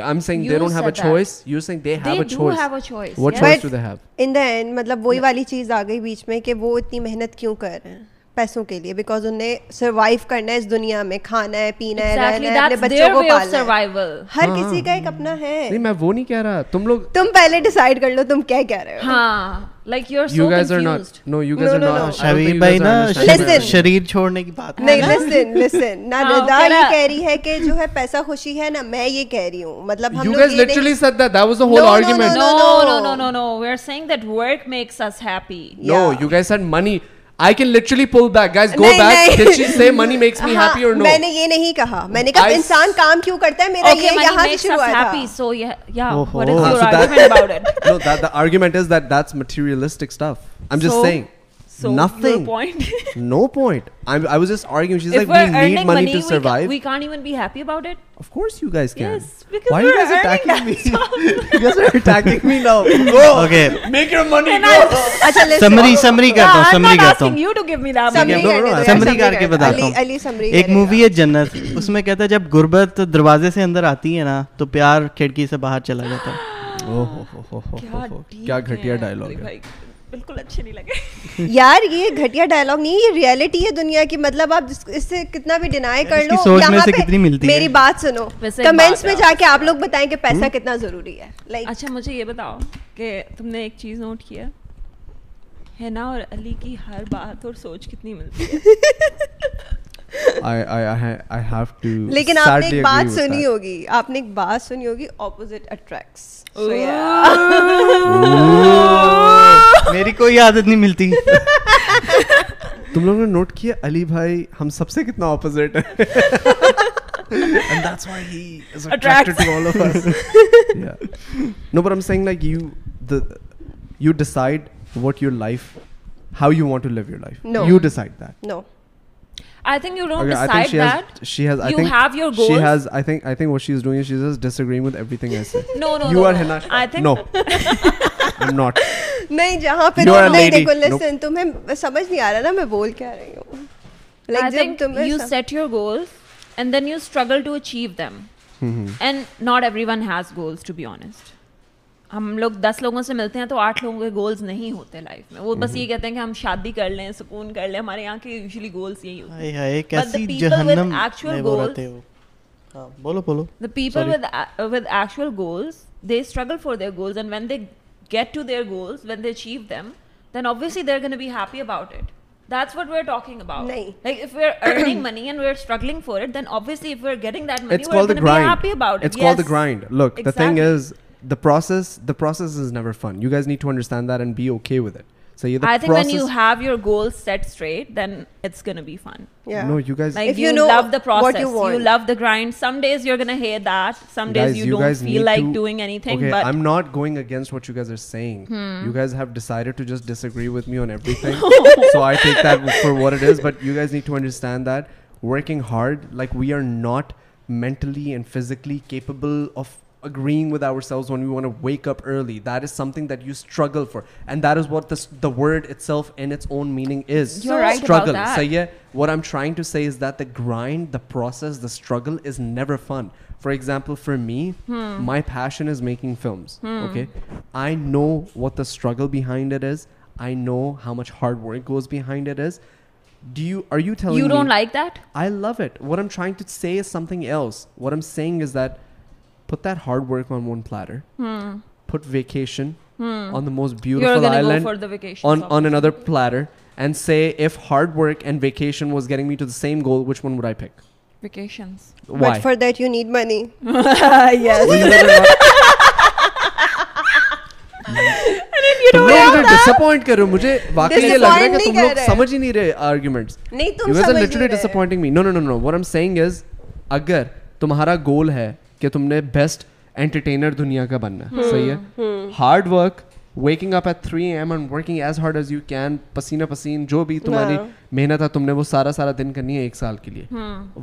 C: I am saying they
B: You
C: don't have a
B: said that.
C: Choice you saying they
B: They
C: have a
B: do
C: choice
B: have a choice,
C: what
B: yes.
C: choice
A: But-
C: do they have
A: in the end مطلب وہی والی چیز آ گئی بیچ میں کہ وہ اتنی محنت کیوں کر رہے ہیں پیسوں کے لیے بیکاز انہیں سروائیو کرنا ہے اس دنیا میں کھانا ہے پینا ہے
B: Exactly,
A: رہنا ہے اپنے
B: that's
A: بچوں
B: their
A: کو
B: way of
A: پالنا ہے
B: survival.
A: ہر کسی کا ایک اپنا ہے
C: نہیں میں وہ نہیں کہہ رہا تم لوگ
A: تم پہلے ڈیسائیڈ کر لو تم کیا کہہ رہے
B: ہاں،
A: ہو
B: Huh? Like you're
C: you
B: so
C: guys are
B: confused.
C: Not no you
A: No,
C: guys are
A: no, no.
C: Not
F: Shabib ہاں، بھائی نا
A: Listen.
F: شریر چھوڑنے کی بات
A: نہیں لسن لسن نہ
B: ہاں،
A: ردا
B: کہہ
A: یہ
B: رہا-
A: کہہ رہی ہے کہ جو ہے پیسہ خوشی ہے نہ میں یہ کہہ رہی ہوں مطلب ہم
C: You
A: لوگ
C: guys
A: یہ نہیں-
C: literally said that. That was the whole
A: No, no,
C: argument.
A: No,
B: No,
A: no,
B: no, no,
A: no.
B: no, no, We're saying that work makes us happy.
C: No,
A: Yeah.
C: you guys said money. I can literally pull back. Guys, go
A: نہیں،
C: back.
A: نہیں.
C: Did she say money makes me happy or no?
A: ہاں، میں نے یہ نہیں کہا میں نے کہا
C: I-
A: انسان کام کیوں کرتا ہے میرا
B: Okay,
A: یہ
B: money
A: یہاں سے
B: makes
A: شروع
B: us
A: ہوا
B: happy. So yeah, yeah. What is
F: Oh,
B: your
C: Ah, so that-
B: argument about it?
C: no, that, the argument is that that's materialistic stuff. I'm just
B: So-
C: saying.
B: So
C: Nothing.
B: Your point.
C: No point. I'm, I was just arguing. She's
B: if
C: like,
B: we're
C: we need
B: earning
C: money, to
B: we, ca-
C: survive.
B: we can't even be happy about it.
C: of course, you guys can.
B: Yes, because
C: Why are
B: we're
C: you guys
B: earning
C: attacking
B: that
C: me? you guys are attacking me now. Go.
F: Okay
C: Make your money.
B: And
C: Go.
B: I-
A: اچھا
F: summary summary کرتا
B: Yeah,
F: ہوں
B: I'm
F: summary
B: not
F: کرتا ہوں
B: asking you to give me that
A: summary
B: money.
C: no, no, no.
F: Summary کر کے بتاتا ہوں
A: Ali summary
F: ایک مووی ہے جنت اس میں کہتا ہے جب غربت دروازے سے اندر آتی ہے نا تو پیار کھڑکی سے باہر چلا جاتا ہے
C: Oh, ho, ho, ho, ho, ho, ho. کیا گھٹیا ڈائلاگ ہے
B: بالکل اچھے نہیں لگے
A: یار یہ گھٹیا ڈائلاگ نہیں یہ ریالٹی ہے دنیا کی مطلب آپ اس سے کتنا بھی ڈینائی کر لو میری بات سنو کمنٹس میں جا کے آپ لوگ بتائیں کہ پیسہ کتنا ضروری ہے لائک
B: اچھا مجھے یہ بتاؤ کہ تم نے ایک چیز نوٹ کیا ہینا اور علی کی ہر بات اور سوچ کتنی ملتی ہے
C: I, I, I, ha- I have to.
A: لیکن آپ نے
C: sadly
A: ایک
C: agree
A: بات
C: with that.
A: سنی ہوگی آپ نے ایک بات سنی ہوگی اپوزٹ اٹریکٹس
B: Oh.
F: میری کوئی عادت نہیں ملتی
C: تم لوگوں نے نوٹ کیا علی بھائی ہم سب سے کتنا اپوزٹ ہے and that's why he is attracted to all of us yeah no but i'm saying like you the you decide what your life how you want to live your life.
A: No.
C: You decide that.
A: No.
B: I think you don't
C: Okay,
B: decide
C: I think she
B: that.
C: has. She has. I
B: You
C: think
B: have your
C: She
B: goals.
C: has. I think. I think what she's doing is she's just disagreeing with everything I say.
B: no, no,
C: you
B: no.
C: are Hina.
B: I think
C: no. I'm not.
A: نہیں جہاں پہ
C: You are a
A: نہیں
C: lady.
A: دیکھو
C: Nope.
A: لسن تمہیں سمجھ نہیں آ رہا نا میں بول کیا رہی ہوں
B: I
A: لائک جب
B: think
A: تمہیں
B: you
A: سم-
B: set your goals and then you struggle to achieve them. And not everyone has goals, to be honest. ہم لوگ دس لوگوں سے ملتے ہیں تو آٹھ لوگوں کے گولز نہیں ہوتے لائف میں وہ بس یہ کہتے ہیں کہ ہم شادی کر لیں سکون کر لیں ہمارے یہاں کے یوزلی گولس یہی ہوتے ہیں
F: ہائے ہائے
B: the
F: کیسی
B: people with
F: جہنم
B: actual
F: میں وہ
B: goals-
F: رہتے ہو ہاں بولو بولو
B: The people with a- with actual goals, they struggle for their goals, and when they get to their goals, when they achieve them, then obviously they're going to be happy about it. That's what we're talking about.
A: Nahi.
B: Like if we're earning money and we're struggling for it, then obviously if we're getting that money,
C: it's
B: we're
C: called the
B: going to be
C: grind.
B: happy about it.
C: It's called the
B: Yes.
C: grind. Look, the thing
B: Exactly.
C: is, the process. The process is never fun. You guys need to understand that and be okay with it. So you. The
B: I think
C: process,
B: when you have your goals set straight, then it's going to be fun.
A: Yeah.
C: No, you guys.
B: Like
A: If
B: you,
A: you know
B: love the
A: what you
B: process, you,
A: want.
B: love the grind. Some days you're going to hate that. Some days you, don't feel
C: need
B: like
C: to-
B: doing anything.
C: Okay,
B: but Hmm.
C: I'm not going against what you guys are saying. You guys have decided to just disagree with me on everything, so I take that for what it is. But you guys need to understand that working hard, like we are not mentally and physically capable of agreeing with ourselves when we want to wake up early. That is something that you struggle for, and that is what the the word itself in its own meaning is
B: You're right about
C: struggle.
B: that.
C: So yeah, what I'm trying to say is that the grind, the process, the struggle is never fun. For example, for me,
B: Hmm.
C: my passion is making films. Okay, I know what the struggle behind it is. I know how much hard work goes behind it is. Do you are you telling
B: you don't
C: me-
B: like that.
C: I love it. What I'm trying to say is something else. What I'm saying is that put that hard work on one platter.
A: Hmm.
C: Put vacation on the most
B: You're
C: beautiful
B: going to go
C: island
B: for the vacation.
C: on on another platter and say if hard work and vacation was getting me to the same goal, which one would I pick?
B: vacations.
C: Why?
A: But for that you need money.
C: Well, you guys are not- तुम लोग मुझे disappoint कर रहे हो मुझे वाकई ये लग रहा है
A: Disappoint
C: कि तुम
A: नहीं
C: लोग
A: कर रहे।
C: समझ ही नहीं रहे arguments.
A: नहीं
C: You
A: तुम
C: guys are
A: समझ
C: literally disappointing me. No, no, no, no. What I'm saying is, अगर तुम्हारा गोल है कि तुमने बेस्ट एंटरटेनर दुनिया का बनना है सही है hard work waking up at 3 AM and working as hard as you can पसीना पसीन जो भी तुम्हारी
A: हाँ।
C: मेहनत है तुमने वो सारा सारा दिन करनी है एक साल के लिए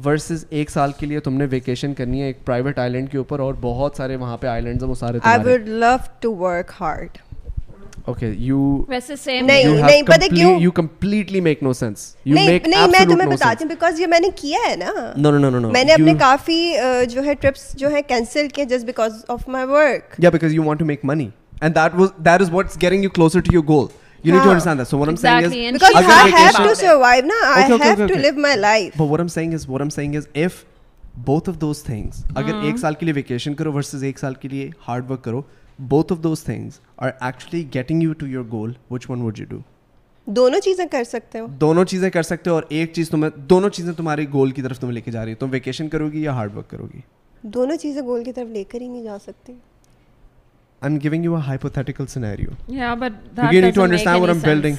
C: वर्सेस एक साल के लिए तुमने वेकेशन करनी है एक प्राइवेट आइलैंड के ऊपर और बहुत सारे वहाँ पे आइलैंड्स हैं वो सारे
A: I
C: तुम्हारे
A: would love to work hard.
C: Okay you
B: वैसे सेम
A: नहीं, नहीं, पता है क्यों?
C: You completely make no sense you
A: نہیں
C: मेक
A: نہیں میں
C: एब्सोल्यूट
A: تمہیں
C: नो
A: بتاتی
C: सेंस
A: ہوں because یہ میں ने کیا है نا
C: नो नो नो नो
A: میں نے اپنے کافی جو ہے ٹرپس جو ہے کینسل کیے just because of my work
C: Yeah, because you want to make money, and that was that is what's getting you closer to your goal. You need to
A: Huh.
C: understand that. So what I'm
B: Exactly,
C: saying
B: and
C: is,
A: because
B: she
C: Agar
A: I
B: has
A: have
C: vacation-
A: to survive نا
C: Okay,
A: I
C: okay,
A: have
C: okay,
A: to
C: okay.
A: Live my life
C: but what I'm saying is, what I'm saying is, if both of those things, अगर
B: Uh-huh.
C: एक साल के लिए vacation करो versus एक साल के लिए hard work करो, both of those things are actually getting you to your goal. Which one would you do?
A: دونوں چیزیں کر سکتے ہو
C: दोनों चीजें कर सकते हो और एक चीज तुम्हें दोनों चीजें तुम्हारे गोल की तरफ तुम्हें लेके जा रही है तुम वेकेशन करोगी या हार्ड वर्क करोगी
A: دونوں چیزیں گول کی طرف لے کر ہی نہیں جا سکتی
C: I am giving you a hypothetical scenario
B: Yeah, but that
C: you need to
B: doesn't make
C: understand
B: any
C: what I am
B: sense.
C: Building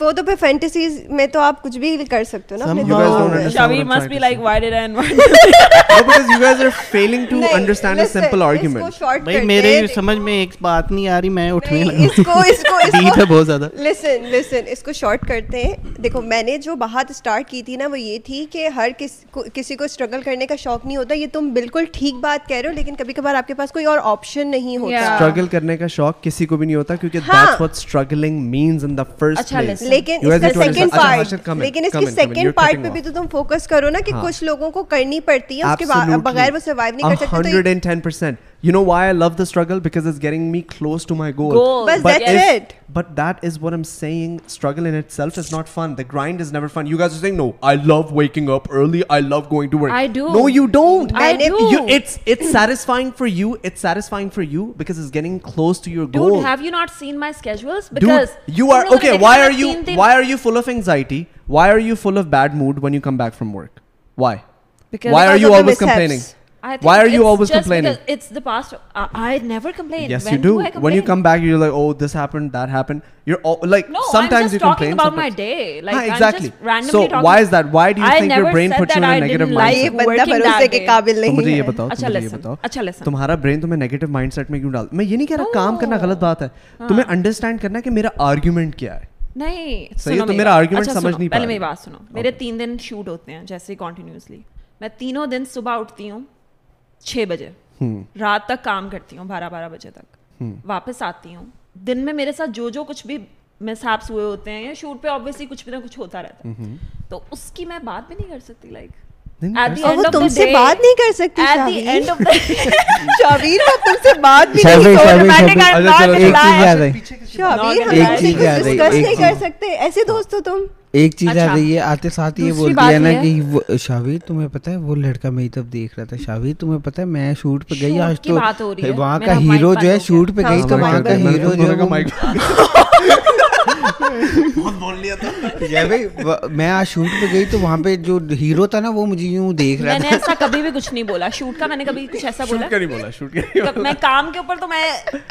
A: وہ تو پھر فینٹیسیز میں تو آپ کچھ بھی کر سکتے ہو نا اپنے
F: Somehow-
C: You guys
A: دماغ
C: don't
A: میں۔
C: understand. what
B: Shavi
C: I'm
B: must
C: trying
B: be
C: to
B: like,
C: say.
B: why did I invite
C: no, because you guys are failing to
A: نہیں،
C: understand a
A: listen،
C: simple
A: اس کو
C: argument.
A: short
F: بھائی
A: کرتے
F: میرے
A: ہیں،
F: سمجھ میں ایک بات نہیں آ رہی میں اٹھنے
A: نہیں،
F: لگا
A: اس کو اس کو اس
F: بیٹ
A: کو
F: ہے بہت زیادہ
A: لسن لسن اس کو شارٹ کرتے ہیں دیکھو میں نے جو بات اسٹارٹ کی تھی نا وہ یہ تھی کہ ہر کس کو- کسی کو اسٹرگل کرنے کا شوق نہیں ہوتا یہ تم بالکل ٹھیک بات کہہ رہے ہو لیکن کبھی کبھار آپ کے پاس کوئی اور آپشن نہیں ہوتا
B: Yeah.
C: Struggle کرنے کا شوق کسی کو بھی نہیں ہوتا کیونکہ
A: ہاں۔
C: that's what struggling means in the first
B: اچھا،
C: place.
B: listen.
A: لیکن
C: You
A: اس
C: guys
A: کا
C: need to
A: سیکنڈ
C: understand- اچھا، Harshit,
A: پارٹ
C: come in,
A: لیکن اس
C: come
A: کی
C: in, come in. You're
A: second part
C: cutting
A: پہ بھی
C: off.
A: تو تم فوکس کرو نا کہ
C: ہاں۔
A: کچھ لوگوں کو کرنی پڑتی ہے اس کے با-
C: Absolutely.
A: بغیر وہ سروائیو نہیں کر سکتے تو یہ-
C: 110%. You know why I love the struggle? Because it's getting me close to my goal.
B: Goal,
A: But
C: But
A: that's
C: if-
A: it.
C: But that is what I'm saying. Struggle in itself is not fun. The grind is never fun. You guys are saying, no, I love waking up early. I love going to work.
B: I do.
C: No, you don't.
B: I
A: Manip-
B: do.
C: You, it's it's satisfying for you. It's satisfying for you because it's getting close to your goal.
B: Dude, have you not seen my schedules?
C: Dude,
B: Because
C: you are
B: तुम लोगों ने
C: okay.
B: देखा
C: Why
B: मैं
C: are you
B: तीन दिन-
C: why are you full of anxiety? Why are you full of bad mood when you come back from work? Why?
B: Because-
C: why are
A: Because
C: you
A: of the
C: always
A: mishaps.
C: complaining?
B: I think
C: Why are you
B: it's
C: always
B: just
C: complaining?
B: because It's the past. I, I never complain.
C: Yes,
B: when
C: you do.
B: I
C: when you
B: complain?
C: come back, you're like, oh, this happened, that happened. You're all like
B: No, I'm
C: sometimes
B: just
C: you
B: talking
C: complain.
B: about my
C: sometimes-
B: day. Like
C: Huh,
B: I'm
C: exactly.
B: just randomly
C: so
B: talking.
C: why is that? Why do you
B: I
C: think your
B: never
C: brain
B: said
C: puts you in
B: that
C: a
B: I
C: negative
B: didn't like
A: یہ
C: mindset?
A: بندہ
B: working that
A: بھروسے کے
B: day.
A: قابل
C: تو مجھے
A: نہیں
C: یہ
A: ہے
C: بتاؤ
B: اچھا
C: مجھے یہ
B: listen,
C: بتاؤ
B: اچھا listen. Oh,
C: تمہارا برین تمہیں نیگیٹو مائنڈ سیٹ میں کیوں ڈال میں یہ نہیں کہہ رہا کام کرنا غلط بات ہے تمہیں انڈرسٹینڈ کرنا ہے کہ میرا آرگیومنٹ کیا ہے
B: نہیں
C: صحیح ہے،
B: سنو
C: تو
B: میری
C: میرا
B: بات-
C: argument
B: اچھا
C: سمجھ
B: سنو،
C: نہیں پا
B: پہلے
C: رہی۔
B: میری بات سنو میرے تین دن شوٹ ہوتے ہیں جیسے کنٹینیوسلی میں تینوں دن صبح اٹھتی ہوں چھ بجے رات تک کام کرتی ہوں بارہ بارہ بجے تک واپس آتی ہوں دن میں میرے ساتھ جو جو کچھ بھی مساپس ہوئے ہوتے ہیں یا شوٹ پہ آبویسلی کچھ بھی نہ کچھ ہوتا رہتا ہے تو اس کی میں بات بھی نہیں کر سکتی لائک ایٹ
A: اور وہ تم سے بات نہیں کر سکتی
B: at the end of
A: shower ہم تم سے بات بھی
D: شاویر،
A: نہیں so
D: Xavier, Xavier.
A: romantic are
C: اچھا،
A: not
C: چلو،
A: in
D: ایک چیز
A: life.
D: یاد آئی
A: شاویر ہم
B: ایک
A: ایسے
B: چیز
A: کچھ
D: یاد آئی،
A: discuss
D: ایک
A: نہیں
D: چیز۔
A: کر سکتے ایسے دوست ہو تم
D: ایک چیز آ
B: اچھا۔
D: رہی ہے آتے ساتھ یہ
B: دوسری
D: بولتی
B: بات
D: ہے نا
B: یہ ہے-
D: کہ وہ- شاویر تمہیں پتا ہے وہ لڑکا میری طرف دیکھ رہا تھا شاویر تمہیں پتا ہے میں شوٹ پہ گئی
B: Shoot
D: آج
B: کی
D: تو
B: بات ہو رہی ہے،
D: وہاں
B: میرا
D: کا
B: mic
D: ہیرو
B: بند
D: جو
B: ہو
D: ہے
B: گیا۔
D: شوٹ پہ گئی
A: ہاں،
D: تو
A: میں
D: وہاں
A: کہتا
D: کا
A: ہوں،
D: ہیرو جو ہے وہ- یا بھائی، یعنی وہ- میں آج شوٹ پہ گئی تو وہاں پہ جو ہیرو تھا نا وہ مجھے یوں دیکھ رہا
B: میں نے
D: تھا
B: ایسا کبھی بھی کچھ نہیں بولا شوٹ کا میں نے کبھی کچھ ایسا بولا میں کام کے اوپر تو میں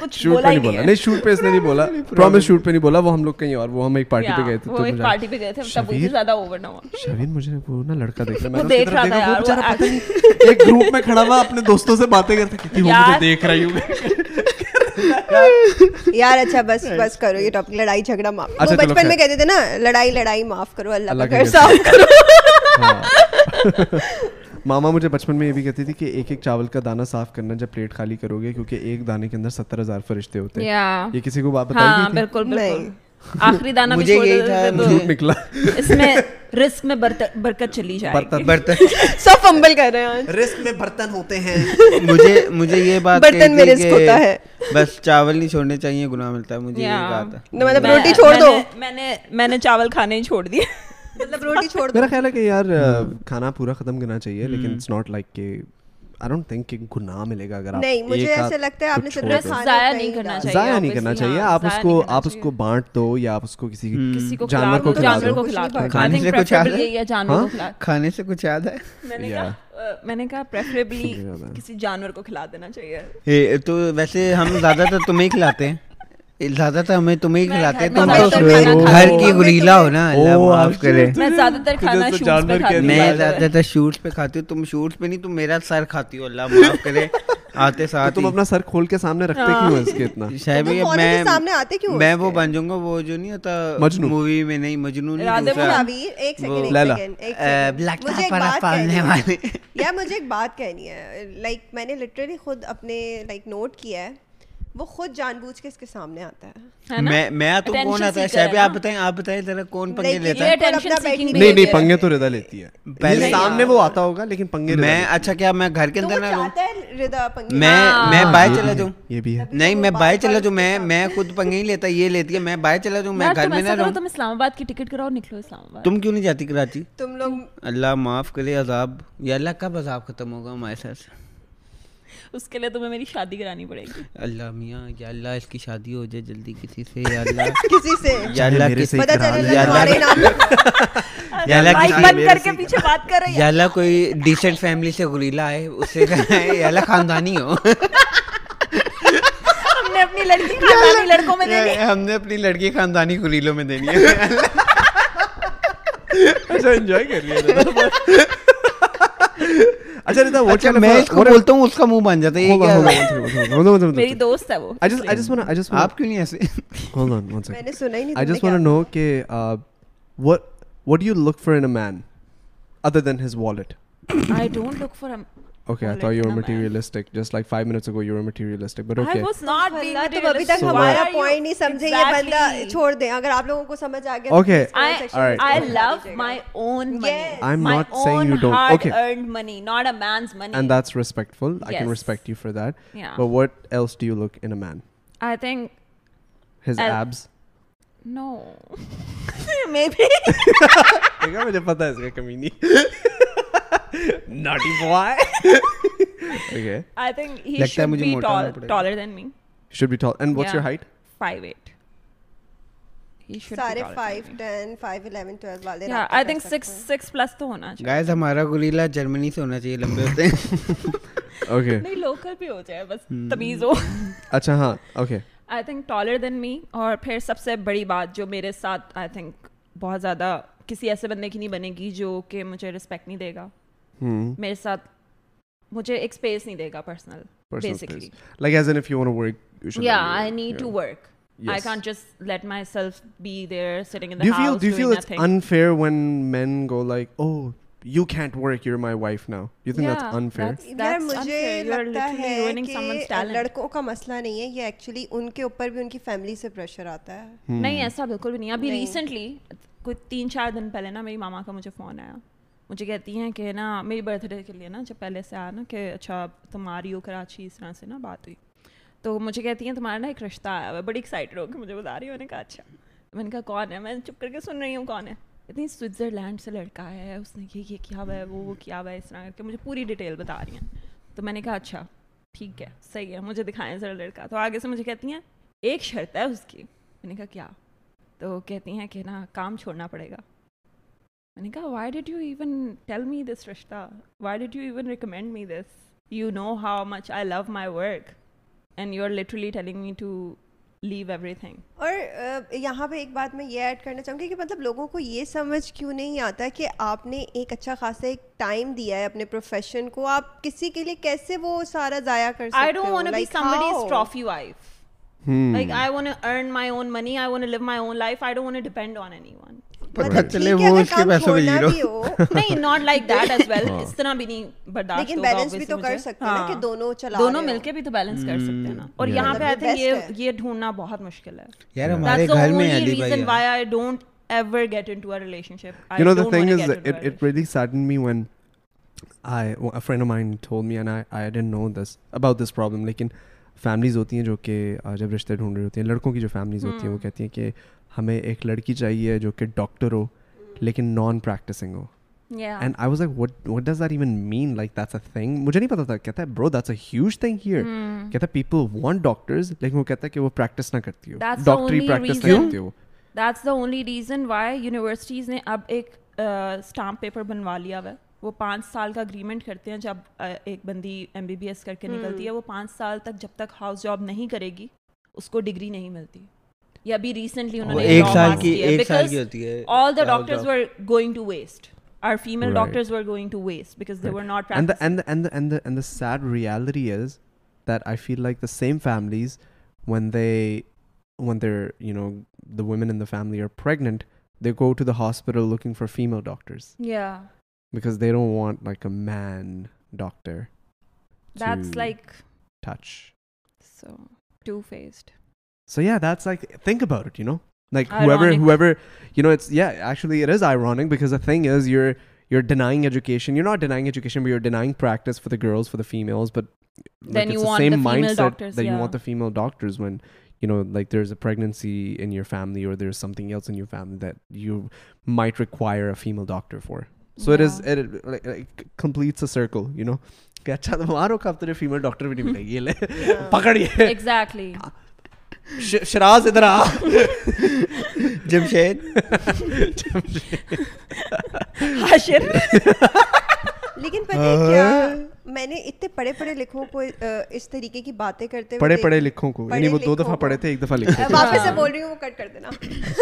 B: کچھ
C: شوٹ پہ
B: بولا ہی
C: نہیں
B: نہیں
C: بولا نہیں شوٹ پہ اس نے نہیں بولا پرومس شوٹ پہ نہیں بولا وہ ہم لوگ کہیں اور وہ ہم ایک پارٹی پہ گئے تھے تو
B: وہ ایک
C: مجھے-
B: پارٹی پہ گئے تھے تب مجھے زیادہ اوور نہ ہوا
C: شاہین مجھے وہ نا لڑکا دیکھ رہا
B: وہ
C: ہے میں نے اس کی
B: دیکھ
C: طرف
B: رہا تھا
C: دیکھا
B: یار
C: وہ بیچارہ پتہ نہیں ایک گروپ میں کھڑا ہوا اپنے دوستوں سے باتیں کرتا کہتی وہ مجھے
B: یار-
C: دیکھ رہی ہوں
A: یار اچھا بس بس کرو یہ ٹاپک لڑائی جھگڑا معاف
C: اچھا،
A: وہ
C: چلو،
A: بچپن میں
C: خیر۔
A: کہتے تھے نا لڑائی لڑائی معاف کرو اللہ
C: اللہ
A: کا
C: کا
A: گھر
C: گھر
A: صاف کرو
C: ماما مجھے بچپن میں یہ بھی کہتی تھی کہ ایک ایک چاول کا دانہ صاف کرنا جب پلیٹ خالی کرو گے کیونکہ ایک دانے کے اندر ستر ہزار فرشتے ہوتے ہیں یہ کسی کو بات
B: ہاں
C: بتائی
B: بالکل بالکل آخری دانا بھی
C: جھوٹ نکلا
B: اس میں رسک میں برکت چلی جائے گی
D: برتن
A: سب فمبل کر رہے ہیں آج
E: رسک میں برتن ہوتے ہیں
D: مجھے مجھے یہ بات
A: برتن
D: کہی تھی
A: میں رزق
D: کہ
A: ہوتا ہے۔
D: بس چاول نہیں چھوڑنے چاہیے گناہ ملتا ہے مجھے یہ کہا تھا
A: مطلب روٹی چھوڑ دو
B: میں نے میں نے چاول کھانے ہی چھوڑ دیے
A: مطلب روٹی چھوڑ دو
C: میرا خیال ہے کہ یار کھانا پورا ختم کرنا چاہیے لیکن اٹس ناٹ لائک کہ آئی ڈونٹ تھنک کہ گناہ ملے گا اگر آپ
A: نہیں مجھے ایسا لگتا ہے آپ نے صرف
C: ضائع
A: کھانا
B: نہیں کرنا چاہیے
C: ضائع نہیں کرنا چاہیے
B: ہاں،
C: آپ اس کو آپ اس کو بانٹ دو یا آپ اس کو کسی
B: کسی کو
C: جانور کو کھلا
B: جانور کو
C: دو
B: کھلا دو یہی ہے جانور کو کھلا
D: کھانے سے کچھ یاد ہے
B: میں نے کہا میں نے کہا پریفریبلی کسی جانور کو کھلا دینا چاہیے
D: اے، تو ویسے ہم زیادہ تر تمہیں ہی کھلاتے ہیں اے، زیادہ تر ہمیں تمہیں ہی
B: میں
D: کھلاتے ہیں
B: گھر میں
D: تم تو
B: زیادہ تر کھانا
D: گھر
B: کھاتی
D: کی
A: ہوں۔
D: گریلا ہو نا اللہ
C: اوہ،
D: معاف کرے
B: میں زیادہ تر کھانا شوز پہ کھاتی
D: میں زیادہ تر شوٹس پہ کھاتی ہوں تم شوٹس پہ نہیں تم میرا سر کھاتی ہو اللہ معاف کرے آتے ساتھ
C: تم اپنا سر کھول کے سامنے رکھتے کیوں اس کے اتنا
D: شاید
A: تو تم فون کے سامنے آتے کیوں ہو
D: میں
A: اس
D: وہ
A: کے؟
D: بن جاؤں گا وہ جو نہیں ہوتا
C: مجنو۔
D: مووی میں نہیں مجنون نہیں،
B: رادھے
D: دوسرا۔
A: شاویر، ایک
D: وہ-
A: سیکنڈ
C: لیلا۔
A: ایک سیکنڈ ایک
D: اے،
A: سیکنڈ
D: بلاک
A: مجھے ایک
D: ٹاپر آپ
A: بات کہنی
D: پالنے
A: ہے
D: والے
A: یار مجھے ایک بات کہنی ہے لائک میں نے لٹرلی خود اپنے لائک نوٹ کیا ہے وہ خود جان بوجھ کے اس کے سامنے آتا ہے
D: میں میں تم کون آتا ہے شاید آپ بتائیں آپ بتائیں ذرا کون پنگے لیتا ہے
C: نہیں نہیں پنگے تو ردا لیتی ہے سامنے وہ آتا ہوگا لیکن پنگے
D: میں اچھا کیا میں گھر کے اندر نہ رہوں میں
A: میں
D: میں باہر چلا جاؤں
C: یہ بھی ہے
D: نہیں میں باہر چلا جاؤں میں میں خود پنگے ہی لیتا یہ لیتی ہے میں باہر چلا جاؤں میں گھر میں نہ رہوں
B: تم اسلام آباد کی ٹکٹ کراؤ نکلو اسلام آباد
D: تم کیوں نہیں جاتی کراچی
A: تم لوگ
D: اللہ معاف کرے عذاب یا اللہ کب عذاب ختم ہوگا ہمارے ساتھ
B: اس کے لیے تمہیں میری شادی کرانی پڑے گی
D: اللہ میاں یا اللہ اس کی شادی ہو جائے جلدی کسی سے یا اللہ
A: کسی سے
D: یا اللہ کسی
A: پتا چلے
D: یا
A: تمہارے
D: اللہ
A: نام
D: یا اللہ
B: بائک
D: کسی
B: بند کر کے پیچھے بات کر رہی
D: یا اللہ کوئی ڈیسنٹ فیملی سے گریلا آئے اس سے یا اللہ خاندانی ہو
B: ہم نے اپنی لڑکی خاندانی لڑکوں میں دینی
D: ہم نے اپنی لڑکی خاندانی گریلوں میں دینی ہے
C: اچھا انجوائے کر رہی ہے اچھا ردا واٹ
D: اچھا میں اس کو بولتا ہوں اس کا منہ بن جاتا ہے یہ کیا ہے
B: میری دوست ہے وہ
C: I just, I just wanna, I just wanna,
D: آپ کیوں نہیں ایسے
C: hold on one
A: میں
C: second.
A: نے سنا ہی
C: I just wanna
A: نہیں
C: know کہ uh, what, what do you look for in a man other than his wallet?
B: I don't look for a-
C: Okay, I
B: Wallet
C: thought you
B: in a
C: were
B: man.
C: materialistic. Just like five minutes ago, you were materialistic, but
B: I
C: okay.
B: was not being
A: تم ابھی تک
B: materialistic.
A: ہمارا
B: Why are you-
A: point نہیں سمجھے یہ بندہ
B: Exactly.
A: چھوڑ دیں اگر آپ لوگوں کو سمجھ آ
C: Okay.
B: I I love my own money.
A: Yes.
C: I'm
B: My
C: not saying
B: own
C: you don't. Okay.
B: hard-earned money, not a man's
C: And
B: money.
C: that's respectful. I can
B: Yes.
C: respect you for that.
B: Yeah.
C: But what else do you look in a man?
B: I think
C: His
B: I'll-
C: abs.
B: no. Maybe.
C: دیکھا مجھے پتا ہے اس کا کمی نہیں naughty boy okay
B: I think he
D: لگتا ہے
B: should
D: مجھے
B: be
D: موٹا ہونا
B: tall,
D: پڑے گا۔
B: taller than me.
C: Should be tall and what's
B: Yeah.
C: Your height
B: Five eight. He should
A: سارے
B: be taller
A: five
B: than me.
A: Ten five eleven twelve والے
B: Yeah, I think six six plus تو ہونا چاہیے.
D: Guys ہمارا guerrilla Germany سے ہونا چاہیے لمبے ہوتے ہیں
C: اوکے
B: نہیں local بھی ہو جائے بس
C: Hmm.
B: تمیز ہو.
C: اچھا ہاں okay
B: I think taller than me اور پھر سب سے بڑی بات جو میرے ساتھ آئی تھنک بہت زیادہ کسی ایسے بندے کی نہیں بنے گی جو کہ مجھے رسپیکٹ نہیں دے گا
C: Hmm.
B: میرے ساتھ مجھے ایک اسپیس نہیں دے گا personal basically
C: like as an if you work
B: یا I need to work I
C: Yes.
B: can't just let myself be there sitting in the
C: do you
B: house
C: feel do you
B: doing
C: feel it's
B: nothing.
C: unfair when men go like, "Oh, you can't work. You're my wife now." You think
B: Yeah,
C: that's unfair?
B: that's-
A: यार मुझे
B: unfair. You're
A: लगता
B: literally
A: है
B: ruining someone's
A: कि
B: talent.
A: लड़कों का मसला नहीं है ये एक्चुअली उनके ऊपर भी उनकी फैमिली से प्रेशर आता है
C: Hmm.
B: نہیں ایسا بالکل بھی نہیں ابھی
A: نہیں۔
B: ریسنٹلی کوئی تین چار دن پہلے نا میری ماما کا مجھے فون آیا مجھے کہتی ہیں کہ نا میری برتھ ڈے کے لیے نا جب پہلے سے آیا نا کہ اچھا تم آ رہی ہو کراچی اس طرح سے نا بات ہوئی تو مجھے کہتی ہیں تمہارا نا ایک رشتہ آیا ہوا ہے بڑی ایکسائٹیڈ ہو کے مجھے بتا رہی ہوں میں نے کہا اچھا میں نے کہا کون ہے میں چپ کر کے سن رہی ہوں کون ہے اتنی سوئٹزرلینڈ سے لڑکا ہے اس نے یہ یہ کیا ہوا ہے وہ وہ کیا ہوا ہے اس طرح کر کے مجھے پوری ڈیٹیل بتا رہی ہیں تو میں نے کہا اچھا ٹھیک ہے صحیح ہے مجھے دکھائیں ذرا لڑکا تو آگے سے مجھے کہتی ہیں ایک شرط ہے اس کی میں نے کہا کیا تو کہتی ہیں کہ نا کام چھوڑنا پڑے گا میں نے کہا why did you even tell me this رشتہ why did you even recommend me this you know how much I love my work and you are literally telling me to leave everything
A: اور अ, यहाँ पे एक बात मैं ये add करना चाहूँगी कि मतलब लोगों को ये समझ क्यों नहीं आता कि आपने एक अच्छा खासा एक टाइम दिया है अपने प्रोफेशन को आप किसी के लिए कैसे वो सारा ज़ाया कर सकते
B: آئی ڈونٹ
A: हो
B: want be
A: Like, how?
B: Somebody's trophy wife like I want earn my own money I want live my own life I don't want depend on anyone
D: पता
A: मतलब
D: चले
A: ठीक है, अगर
D: वो उसके
A: काम
D: पैसों का
A: छोड़ना
D: हीरो।
A: भी हो,
B: نہیں not like that as well اس طرح بھی نہیں برداشت
A: लेकिन
B: ہوگا
A: बैलेंस भी
B: obviously
A: तो कर
B: مجھے۔
A: सकते हैं ना
B: ہاں۔
A: कि दोनों चला
B: دونوں
A: रहे
B: مل
A: हो।
B: کے بھی تو بیلنس کر سکتے ہیں نا
C: Hmm,
B: اور یہاں پہ آئی
A: मतलब
B: تھنک
A: best
B: یہ
A: है।
B: یہ ढूंढنا بہت مشکل ہے
D: यार हमारे
B: That's the
D: घर में
B: only
D: अली
B: reason
D: भाई
B: why I don't ever get into a relationship. I
C: you know the
B: don't
C: thing
B: wanna
C: is
B: get
C: that
B: into
C: it,
B: a
C: it really saddened me when i w- a friend of mine told me and i i didn't know this about this problem like in families ہوتی ہیں جو کہ آ، جب رشتے ڈھونڈ رہی ہوتی ہیں لڑکوں کی جو فیملیز ہوتی ہیں
B: Hmm.
C: وہ کہتی ہیں کہ ہمیں ایک لڑکی چاہیے جو کہ ڈاکٹر ہو
B: Hmm.
C: لیکن نان پریکٹسنگ ہو
B: relationship. Yeah.
C: And I was like what what does that even mean like that's a thing مجھے نہیں پتا تھا کہتا ہے bro that's a huge thing here
B: Hmm.
C: کہتا ہے پیپل وانٹ ڈاکٹرز لیکن وہ کہتا ہے کہ وہ پریکٹس نہ کرتی ہو
B: That's the
C: ڈاکٹری
B: only
C: پریکٹس نہ
B: reason-
C: کرتی ہو
B: That's the only reason why universities نے اب ایک اسٹامپ پیپر بنوا لیا ہوا ہے وہ پانچ سال کا اگریمنٹ کرتے ہیں جب uh, ایک بندی ایم بی بی ایس کر کے نکلتی ہے وہ پانچ سال تک جب تک ہاؤس جاب نہیں کرے گی اس کو ڈگری نہیں ملتی یہ ابھی ریسنٹلی انہوں
D: وہ
B: نے
D: ایک
B: law
D: سال
B: pass
D: کی-
B: کیا ہے
D: ایک سال
B: because
D: کی ہوتی ہے
B: all the
D: house
B: doctors
D: job.
B: were going to waste our female
C: Right.
B: doctors were going to waste because they were not
C: and the
B: practicing
C: and the, and the and the and the sad reality is that I feel like the same families when they when they're you know the women in the family are pregnant they go to the hospital looking for female doctors
B: yeah
C: because they don't want like a man doctor
B: that's
C: to
B: like
C: touch
B: So two faced.
C: so yeah that's like think about it you know like
B: Ironic.
C: whoever whoever you know it's yeah actually it is ironic because the thing is you're you're denying education you're not denying education but you're denying practice for the girls for the females but
B: Then you want the female doctors,
C: that you
B: yeah.
C: want the female doctors when you know like there's a pregnancy in your family or there's something else in your family that you might require a female doctor for so it is
B: Yeah.
C: it, it like, like completes a circle you know کہ اچھا تمہاروں کا اب تجھے female doctor بھی نہیں ملے گی، یہ لے، پکڑ یہ۔
B: Exactly.
C: ش- شراز ادھر آ
D: जमशेद
A: लेकिन पता है क्या मैंने इतने पढ़े पढ़े लिखों को अ, इस तरीके की बातें करते हुए
C: پڑھے
A: देख-
C: پڑھے لکھوں کو یعنی
A: पढ़े
C: وہ دو
A: लिखों
C: دفعہ
A: को-
C: پڑھے تھے ایک دفعہ لکھے
A: अ, वापस से बोल रही हूँ वो कट कर देना